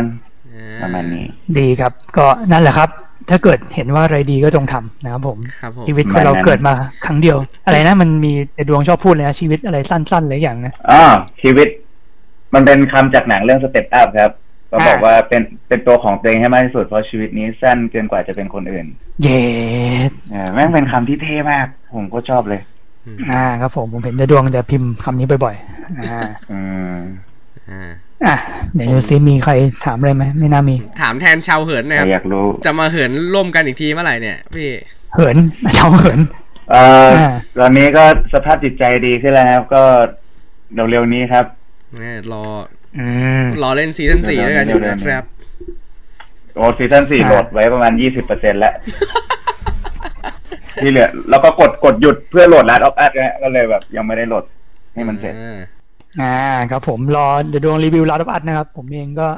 Speaker 4: อ่
Speaker 2: ประมาณนี้
Speaker 3: ดีครับ ก็นั่นแหละครับ ถ้าเกิดเห็นว่าอะไรดีก็จงทำนะครับผม
Speaker 4: ครับผม
Speaker 3: ชีวิตค
Speaker 2: ประมาณ
Speaker 3: นเรา
Speaker 2: นั้น
Speaker 3: เกิดมาครั้งเดียว อะไรนะมันมีในดวงชอบพูดเลยนะชีวิตอะไรสั้นๆหลายอย่างนะ
Speaker 2: อ๋อชีวิต มันเป็นคำจากหนังเรื่องสเต p ปอัพครับ ก็บอก
Speaker 3: อ่า
Speaker 2: ว่าเป็นเป็นตัวของตัวเองให้มากที่สุดเพราะชีวิตนี้สั้นเกินกว่าจะเป็นคนอื่น
Speaker 3: เย็ด
Speaker 2: เออแม่งเป็นคำที่เท่มาก ผมก็ชอบเลย
Speaker 3: อ่าครับผมผมเห็นในดวงจะพิมพ์คำนี้บ่อยๆอ่า
Speaker 2: อืม
Speaker 4: อ่า
Speaker 3: อ่ะเดี๋ยวดูซิมีใครถามอะไรไหมไม่น่ามี
Speaker 4: ถามแทนชาวเหินหนะครับ
Speaker 2: อยากรู้
Speaker 4: จะมาเหินร่วมกันอีกทีเมื่อไหร่เนี่ย พี่
Speaker 3: เหินเจ้าเหิน
Speaker 2: เอออา ตอนนี้ก็สภาพจิตใจดีขึ้นแล้วครับก็เร็วๆนี้ครับ
Speaker 4: เนี่ยรอ
Speaker 3: อืม
Speaker 4: รอเล่นซีซั่นสี่
Speaker 2: เดี๋
Speaker 4: ด้วย
Speaker 2: ยวๆ
Speaker 4: กันอยู่
Speaker 2: เดี๋ยว
Speaker 4: นะ
Speaker 2: ๆ
Speaker 4: ครับ
Speaker 2: โอ้ซีซั่นสี่
Speaker 3: อ่า
Speaker 2: โหลดไว้ประมาณยี่สิบเปอร์เซ็นแล้ว ที่เหลือแล้วก็กดกดหยุดเพื่อโหลดลัดออฟอัดนะก็เลยแบบ ยังไม่ได้โหลดให้มันเสร็จ
Speaker 4: อ่า
Speaker 3: อ่าครับผมรอเดี๋ยวดวงรีวิวลาดับอัดนะครับ ผมเองก็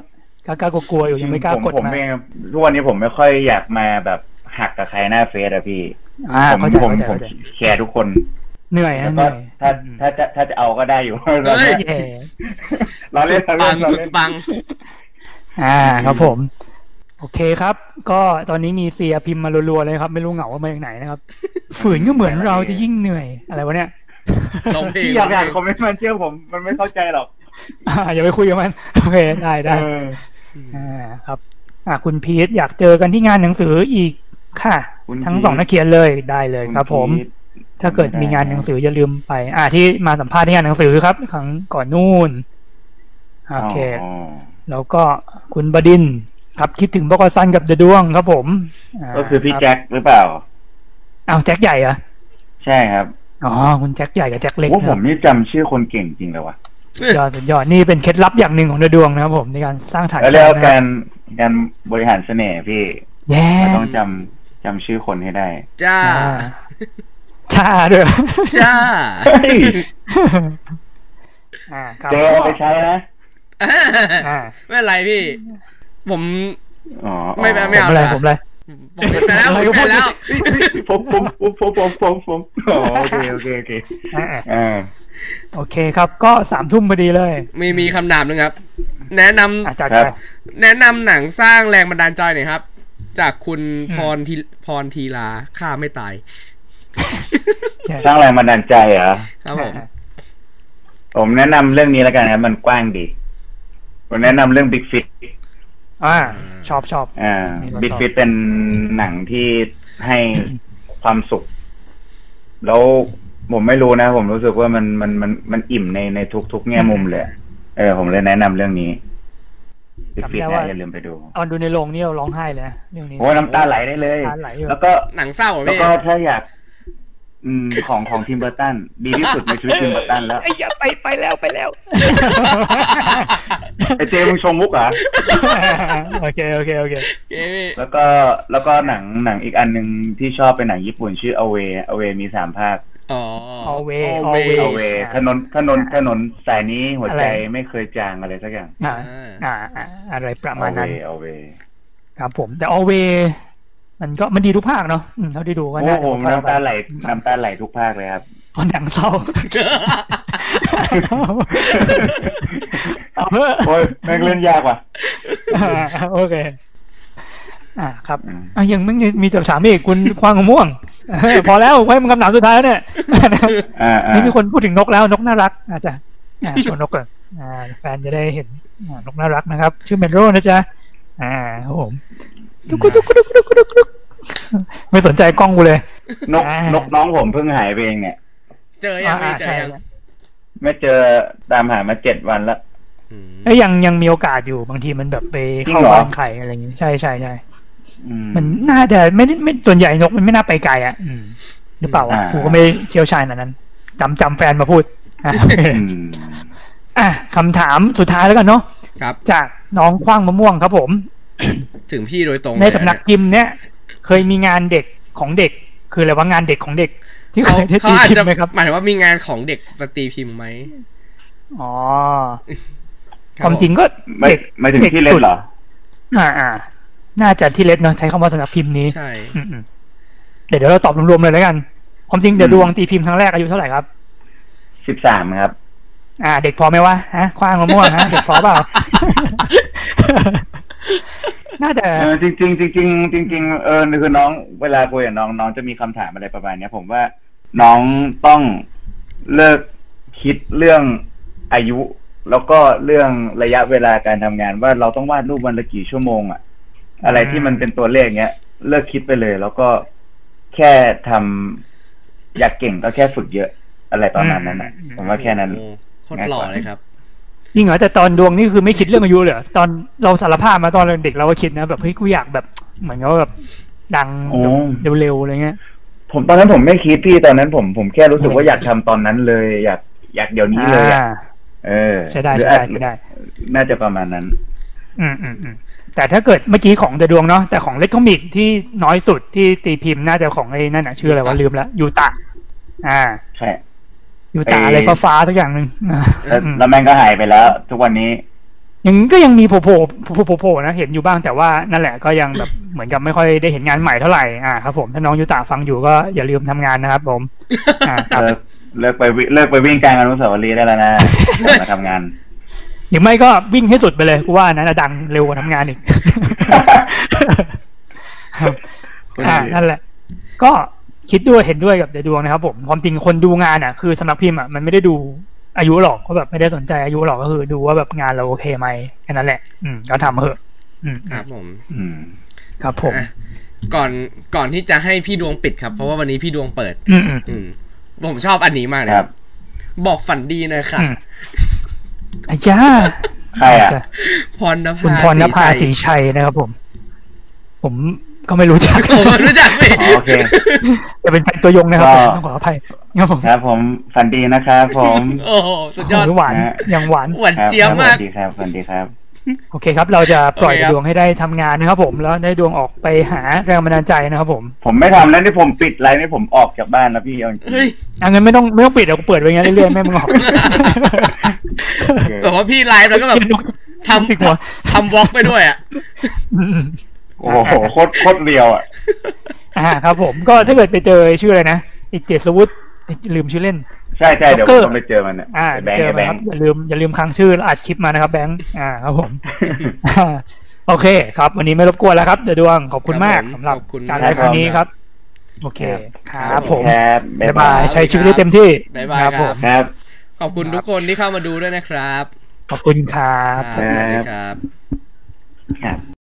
Speaker 3: กล้าๆกลัวๆอยู่ยังไม่กล้ากด
Speaker 2: ผม
Speaker 3: มา
Speaker 2: เองทุกวันนี้ผมไม่ค่อยอยากมาแบบหักกับใครหน้าเฟซอะพี่
Speaker 3: อ่า
Speaker 2: ผม
Speaker 3: เข้าใจ
Speaker 2: ผม
Speaker 3: เข้าใจ
Speaker 2: ผม
Speaker 3: เข้าใจ
Speaker 2: แคร์ทุกคน
Speaker 3: เหนื่อย
Speaker 2: แล้ว
Speaker 3: นะเห
Speaker 2: ก็
Speaker 3: นื่อย
Speaker 2: ถ้าถ้าจะถ้าจะเอาก็ได้อยู่ เราเล่น
Speaker 3: เย้
Speaker 2: เรา
Speaker 4: สุด
Speaker 2: เล่น
Speaker 4: ปัง
Speaker 2: เรา
Speaker 4: สุด
Speaker 2: เล่น
Speaker 4: ปัง
Speaker 3: อ่าครับผม โอเคครับ ก็ตอนนี้มีเสียพิมพ์มารัวๆเลยครับ ไม่รู้เหงาว่ามาจากไหน นะครับ ฝืนก็เหมือนเราจะยิ่งเหนื่อยอะไรวะเนี่ย
Speaker 4: ลงเพลง
Speaker 2: พี่อยากอ่านคอมเมนต์มันเชื่อผมมันไม่เข้าใจหรอก
Speaker 3: อ่าอย่าไปคุยกับมัน โอเคได้ได้
Speaker 2: เออ
Speaker 3: อ่าครับ อ่าคุณพีทอยากเจอกันที่งานหนังสืออีกค่ะ
Speaker 2: คุณ
Speaker 3: ทั้งสองนักเขียนเลยได้เลยครับ ผม
Speaker 2: ณพีท
Speaker 3: ถ้าเกิดมีงานหนังสืออย่าลืมไป อ่าที่มาสัมภาษณ์ที่งานหนังสือครับครั้งก่อนนู่นโอเค
Speaker 2: อ
Speaker 3: แล้วก็คุณบดินทร์ครับคิดถึงบกซันกับเดอะดวงครับผม
Speaker 2: ๋อก็คือพี่
Speaker 3: า
Speaker 2: แจ็คหรือเปล่า
Speaker 3: เอาแจ็คใหญ่เหรอ
Speaker 2: ใช่ครับ
Speaker 3: อ๋อ คุณแจ็คใหญ่กับแจ็คเล็ก
Speaker 2: ว่า
Speaker 3: นะ
Speaker 2: ผ
Speaker 3: ครั
Speaker 2: ม
Speaker 3: บ
Speaker 2: นี่จำชื่อคนเก่งจริงเลยว่ะ
Speaker 3: สุดยอดสุดยอดนี่เป็นเคล็ดลับอย่างหนึ่งของดวดวงนะครับผมในการสร้างฐาน
Speaker 2: แล้วเรียกว่า
Speaker 3: แข็
Speaker 2: กาง รการบริหารเสน่ห์พี่
Speaker 3: แย่
Speaker 2: เราต้องจำจำชื่อคนให้ได้
Speaker 4: จ้า
Speaker 3: อ่าช้าด้วย
Speaker 4: จ้า
Speaker 2: เฮ้ย
Speaker 3: อ่าครับ
Speaker 2: เจอเอาไปใช้นะ
Speaker 3: อ่า
Speaker 4: ไม่เป็นไรพี่ ผม
Speaker 2: อ๋อ
Speaker 4: ไม่ไม่ไม่
Speaker 3: ผ
Speaker 4: เอา
Speaker 3: มอะไร
Speaker 4: ดีกว่า
Speaker 3: ผมอะไร
Speaker 4: ผมเป็นไปแล้วผมเป็นไปแล้ว
Speaker 2: ผมผมผมผมผมผมผมอ๋อโอเคโอเคโอเค
Speaker 3: อ่า
Speaker 2: อ่า
Speaker 3: โอเคครับ ก็สามทุ่มพอดีเลย
Speaker 4: มีมีคำนามหนึงครับ แนะน
Speaker 3: อา
Speaker 4: ำ
Speaker 3: จารย์
Speaker 2: ครับ
Speaker 3: ไป
Speaker 4: แนะนำหนังสร้างแรงบันดาลใจหน่อยครับ จากคุณ
Speaker 3: อืม
Speaker 4: พรทีพรทีลาฆ่าไม่ตาย
Speaker 3: ใช่
Speaker 2: สร้างแรงบันดาลใจเหรอ
Speaker 4: ครับผม
Speaker 2: ผมแนะนำเรื่องนี้แล้วกันครับมันกว้างดี ผมแนะนำเรื่อง Big Fit
Speaker 3: อ่า ชอบชอบ
Speaker 2: อ่า
Speaker 3: นี่ก็
Speaker 2: Big Fit เป็นหนังที่ให้ความสุข แล้วผมไม่รู้นะ ผมรู้สึกว่ามันมันมันมันอิ่มในในทุกทุกๆแง่มุมเลย เออ ผมเลยแนะนำเรื่องนี้ Big
Speaker 3: จำ
Speaker 2: Fit
Speaker 3: ได้
Speaker 2: นะ
Speaker 3: ว่า
Speaker 2: อย่าลืมไปดู
Speaker 3: ตอนดูในโรงนี่เราร้องไห้เลยนะเรื่องนี้
Speaker 2: โอ้ยน้ำตาไหลได้เลย
Speaker 3: น้ำตาไหลอยู่
Speaker 2: แล้วก็
Speaker 4: หนังเศร้าเหรอ
Speaker 2: แล้ว
Speaker 4: พี่
Speaker 2: ก็ถ้าอยาก อืมของของทีมเบอร์ตัน ดีที่สุดในชีวิตทีมเบอร์ตันแล้ว
Speaker 3: ไอ้ยอย่าไปไปแล้วไป แล้ว
Speaker 2: ไอเจมึงชมมุกเหรอ
Speaker 3: โอเคโอเคโอเค
Speaker 4: โอเคพี่
Speaker 2: แล้วก็แล้วก็หนังหนังอีกอันหนึ่งที่ชอบเป็นหนังญี่ปุ่นชื่อ Away Away มีสามภาค
Speaker 4: อ๋อ
Speaker 3: Always
Speaker 4: Always
Speaker 3: Always
Speaker 2: Away
Speaker 3: อ่า
Speaker 2: ถนนถนนถนนสายนี้หัวใจ
Speaker 3: อะไร
Speaker 2: ไม่เคยจางอะไรสักอย่าง
Speaker 3: อ่า
Speaker 4: อ่า
Speaker 3: อ่าอ่าอะไรประมาณนั้น
Speaker 2: Away Away
Speaker 3: ครับผม แต่ออเวมันก็มันดีทุกภาคเนาะอืมเท่าที่ดูก็
Speaker 2: โอ้
Speaker 3: น่า
Speaker 2: โห
Speaker 3: จะ
Speaker 2: น้ำตาไหลน้ำตาไหลทุกภาคเลยครับ
Speaker 3: ตอนหนังเศร้าเอาเพื่อ
Speaker 2: โอ้ยแม่งเล่นยากว่ะ
Speaker 3: อ่า โอเค อ่าครับ
Speaker 2: อืม
Speaker 3: อ่ะยังไม่มีจดถามอีกคุณควางกับม่วง เออพอแล้วไว้มันคำถามสุดท้ายแล้วเนี่ย นะครับ
Speaker 2: อ่าอ่า
Speaker 3: นี่มีคนพูดถึงนกแล้วนกน่ารักอาจจะอ่า ชวนนกก่อนอ่าแฟนจะได้เห็นอ่านกน่ารักนะครับ ชื่อเมนโรนะจ๊ะอ่าครับผมทุกคนทุกคนทุกคนทุกคนทุกคนไม่สนใจกล้องกูเลย
Speaker 2: นกนกน้องผมเพิ่งหายไปเองเนี่ย
Speaker 4: เจอยังพี่เจอ
Speaker 3: ใช่
Speaker 4: ยัง
Speaker 2: ไม่เจอตามหามาเจ็ดวันแล้ว
Speaker 4: อืม
Speaker 3: เอ้ยยังยังมีโอกาสอยู่บางทีมันแบบไปเข้า
Speaker 2: จริงเหรอ
Speaker 3: บ้านใครอะไรอย่างงี้ใช่ใช่ใช่
Speaker 2: อืม
Speaker 3: มันน่าจะไม่ได้ไม่ส่วนใหญ่นกมันไม่น่าไปไกลอ่ะอืมหรือเปล่าวะ
Speaker 2: อ่า
Speaker 3: กูก็ไม่เชี่ยวชาญอันนั้นจำจำแฟนมาพูดอ่ะโอเค
Speaker 2: อืม
Speaker 3: อ่ะคำถามสุดท้ายแล้วกันเนาะ
Speaker 4: ครับ
Speaker 3: จากน้องคว้างมะม่วงครับผม
Speaker 4: ถึงพี่โดยตรง
Speaker 3: ใน
Speaker 4: เลยอะ
Speaker 3: สำนัก
Speaker 4: เย
Speaker 3: พิมพ์เนี่ยเคยมีงานเด็กของเด็ก คืออะไรว่างานเด็กของเด็ก ที่เค
Speaker 4: เขา
Speaker 3: ยได้
Speaker 4: เขา
Speaker 3: ตี
Speaker 4: อาจ
Speaker 3: พิม
Speaker 4: จะ
Speaker 3: พ์ไหมครับ
Speaker 4: หมายถึงว่ามีงานของเด็กมาตีพิมพ์ไหม
Speaker 3: อ๋อ
Speaker 4: บ
Speaker 3: ความจริงก็
Speaker 2: ไม่
Speaker 3: เด็ก
Speaker 2: ไม่ถึงที่เล่นเหรอ
Speaker 3: อ่าอ่าน่าจะที่เล็ดเนาะใช้คำว่าสำนักพิมพ์นี้
Speaker 4: ใช่
Speaker 3: อืมๆเดี๋ยวเดี๋ยวเราตอบรวมๆเลยแล้วกัน ความจริงเดี๋ยว
Speaker 2: อื
Speaker 3: ด
Speaker 2: ม
Speaker 3: วงตีพิมพ์ครั้งแรกอายุเท่าไหร่ครับ
Speaker 2: สิบสามครับ
Speaker 3: อ่า เด็กพอไหมวะฮะคว้างมะม่วงฮะเด็กพอเปล่า น่าจะ
Speaker 2: เออจริงจริงๆจริงๆจริงๆเออคือน้องเวลาคุยกับน้องน้องจะมีคำถามอะไรประมาณเนี้ย ผมว่าน้องต้องเลิกคิดเรื่องอายุ แล้วก็เรื่องระยะเวลาการทำงาน ว่าเราต้องวาดรูปวันละกี่ชั่วโมงอะอะไรที่มันเป็นตัวเลขเงี้ย เลิกคิดไปเลย แล้วก็แค่ทำอยากเก่งก็แค่ฝึกเยอะ อะไรประมาณนั้นนะ
Speaker 3: อืม
Speaker 2: ผมว่าแค่นั้น
Speaker 4: โอ้โหโคตรหล่อเลยครับ
Speaker 3: จริงเหรอแต่ตอนดวงนี่คือไม่คิดเรื่องอายุเลยเหรอตอนเราสารภาพมาตอนเด็กเราก็คิดนะแบบเฮ้ยกูอยากแบบ เหมือนกับว่าแบบดัง
Speaker 2: โอ้
Speaker 3: แบบเร็วๆอะไรเงี้ย
Speaker 2: ผมตอนนั้นผมไม่คิดพี่ตอนนั้นผมผมแค่รู้สึกว่าอยากทำตอนนั้นเลย อยากอยากเดี๋ยวนี้เลยอะ
Speaker 3: อ่า
Speaker 2: เออ
Speaker 3: ใช่ได้
Speaker 2: หรือ
Speaker 3: ใช่
Speaker 2: อา
Speaker 3: ได้
Speaker 2: จ
Speaker 3: ใช่ได้
Speaker 2: น่าจะประมาณนั้น
Speaker 3: อืมอืมอืมแต่ถ้าเกิดเมื่อกี้ของเดอะดวงเนาะแต่ของเล็กคอมิกที่น้อยสุดที่ตีพิมพ์น่าจะของไอ้นั่นน่ะชื่ออะไรวะลืมละยูตะอ่า
Speaker 2: ใช่
Speaker 3: ยูตะอะไรฟ้าๆสักอย่างหนึ่ง อ่า
Speaker 2: แล้ว
Speaker 3: อืม
Speaker 2: แล้วแม่งก็หายไปแล้ว ทุกวันนี้
Speaker 3: ยังก็ยังมีโผล่โผล่โผล่โผล่ๆนะเห็นอยู่บ้างแต่ว่านั่นแหละก็ยังแบบเหมือนกับไม่ค่อยได้เห็นงานใหม่เท่าไหร่อ่าครับผมถ้าน้องยูตะฟังอยู่ก็อย่าลืมทำงานนะครับผมอ่าครับ
Speaker 2: เลิกเลิกไปวิเลิกไปวิ่งกลางอนุสาวรีย์ได้แล้วนะ มาทำงาน
Speaker 3: หรือไม่ก็วิ่งให้สุดไปเลยกูว่านั้นนะดังเร็วกว่าทำงานอีก อ่านั่นแหละ ก็คิดด้วยเห็นด้วยกับเดดวงนะครับผมความจริงคนดูงานอ่ะ คือสำนักพิมพ์อ่ะมันไม่ได้ดูอายุหรอกก็แบบไม่ได้สนใจอายุหรอกก็คือ ดูว่าแบบงานเราโอเคไหมแค่นั้นแหละ อืมก็ทำเถอะ อืม
Speaker 4: ครับผม
Speaker 2: อืม
Speaker 3: ครับ ผม
Speaker 4: อ่ะก่อนก่อนที่จะให้พี่ดวงปิดครับ เพราะว่าวันนี้พี่ดวงเปิด
Speaker 3: อืมอืม
Speaker 4: อืม ผมชอบอันนี้มากเลย
Speaker 2: ครับ
Speaker 4: บอกฝันดีหนะค่ะ
Speaker 3: อืมอาจา
Speaker 2: ใครอ่ะ
Speaker 4: พรณภา
Speaker 3: คุณพรณภาศรีชัยนะครับผม ผมก็ไม่รู้จัก
Speaker 4: ผมรู้จักไหม
Speaker 2: อ๋อโอเค
Speaker 3: จะเป็นแฟนตัวยงนะครับผม
Speaker 2: ก็
Speaker 3: ต้องขออภัยครับผม
Speaker 2: ครับผมฝันดีนะครับผม
Speaker 4: โอ้โหสุดยอด
Speaker 3: โอ้โหหวานอย่างหวาน
Speaker 4: หวาน
Speaker 2: ครับ
Speaker 4: เจี๊ยบ
Speaker 2: ครับ
Speaker 4: มาก
Speaker 2: สวัสดีครับสวัสดีครับ
Speaker 3: โอเคครับ เราจะปล่อย
Speaker 4: โอเคครับ
Speaker 3: ดวงให้ได้ทำงานนะครับผมแล้วได้ดวงออกไปหาแรงบันดาลใจนะครับผม
Speaker 2: ผมไม่ทำแล้วนี่ผมปิดไลน์นี่ผมออกจากบ้านแล้วพี่เอาจริง
Speaker 4: เฮ้ย
Speaker 3: อ่ะงั้นไม่ต้องไม่ต้องปิดเดี๋ยวกูเปิดไว้งั้นเรื่อยๆแม่มึงออก
Speaker 2: เออ
Speaker 4: แต่ว่าพี่ไลฟ์แล้วก็ แบบท
Speaker 3: ทำจิกหัว
Speaker 4: ำทำวอล์กไปด้วยอ่ะ
Speaker 3: อืม
Speaker 2: โอ้โหโคตรโคตรเรียวอ่ะ
Speaker 3: อ่าครับผมก็ถ้าเกิดไปเจอชื่ออะไรนะอิเจสวุฒิเอ้ยลืมชื่อเล่น
Speaker 2: ใช่ใช่เดี๋ยวผ
Speaker 3: Joker
Speaker 2: มต้องไปเจอมันเนี่ย
Speaker 3: อ่า
Speaker 2: ไอ้แบง
Speaker 3: เจ
Speaker 2: ค์
Speaker 3: อ
Speaker 2: ไอ้
Speaker 3: มาค
Speaker 2: แบง
Speaker 3: รับ
Speaker 2: ค์
Speaker 3: อย่าลืมอย่าลืมค้างชื่อแล้วอัดคลิปมานะครับแบงค์อ่าครับผมอ่าโอเคครับ วันนี้ไม่รบกวนแล้วครับเดี๋ยวดวงขอบคุณมาก
Speaker 4: ครับผม
Speaker 3: สำหรับ
Speaker 4: ขอบคุณ
Speaker 3: การรายการนี้ครับ โอเคครับผม
Speaker 2: ครับ
Speaker 3: บ๊าบา
Speaker 2: บ๊ายยบาย ย
Speaker 3: ใช้ชีวิตได้เต็มที่
Speaker 4: บ๊ายบาย
Speaker 3: ครับ
Speaker 4: ค
Speaker 3: ผ
Speaker 4: รับ
Speaker 3: ม
Speaker 2: ครับ
Speaker 4: ขอบคุณทุกคนที่เข้ามาดูด้วยนะครับ
Speaker 3: ขอบคุณครับ
Speaker 4: ครับสวัสดีครับ
Speaker 2: ครับ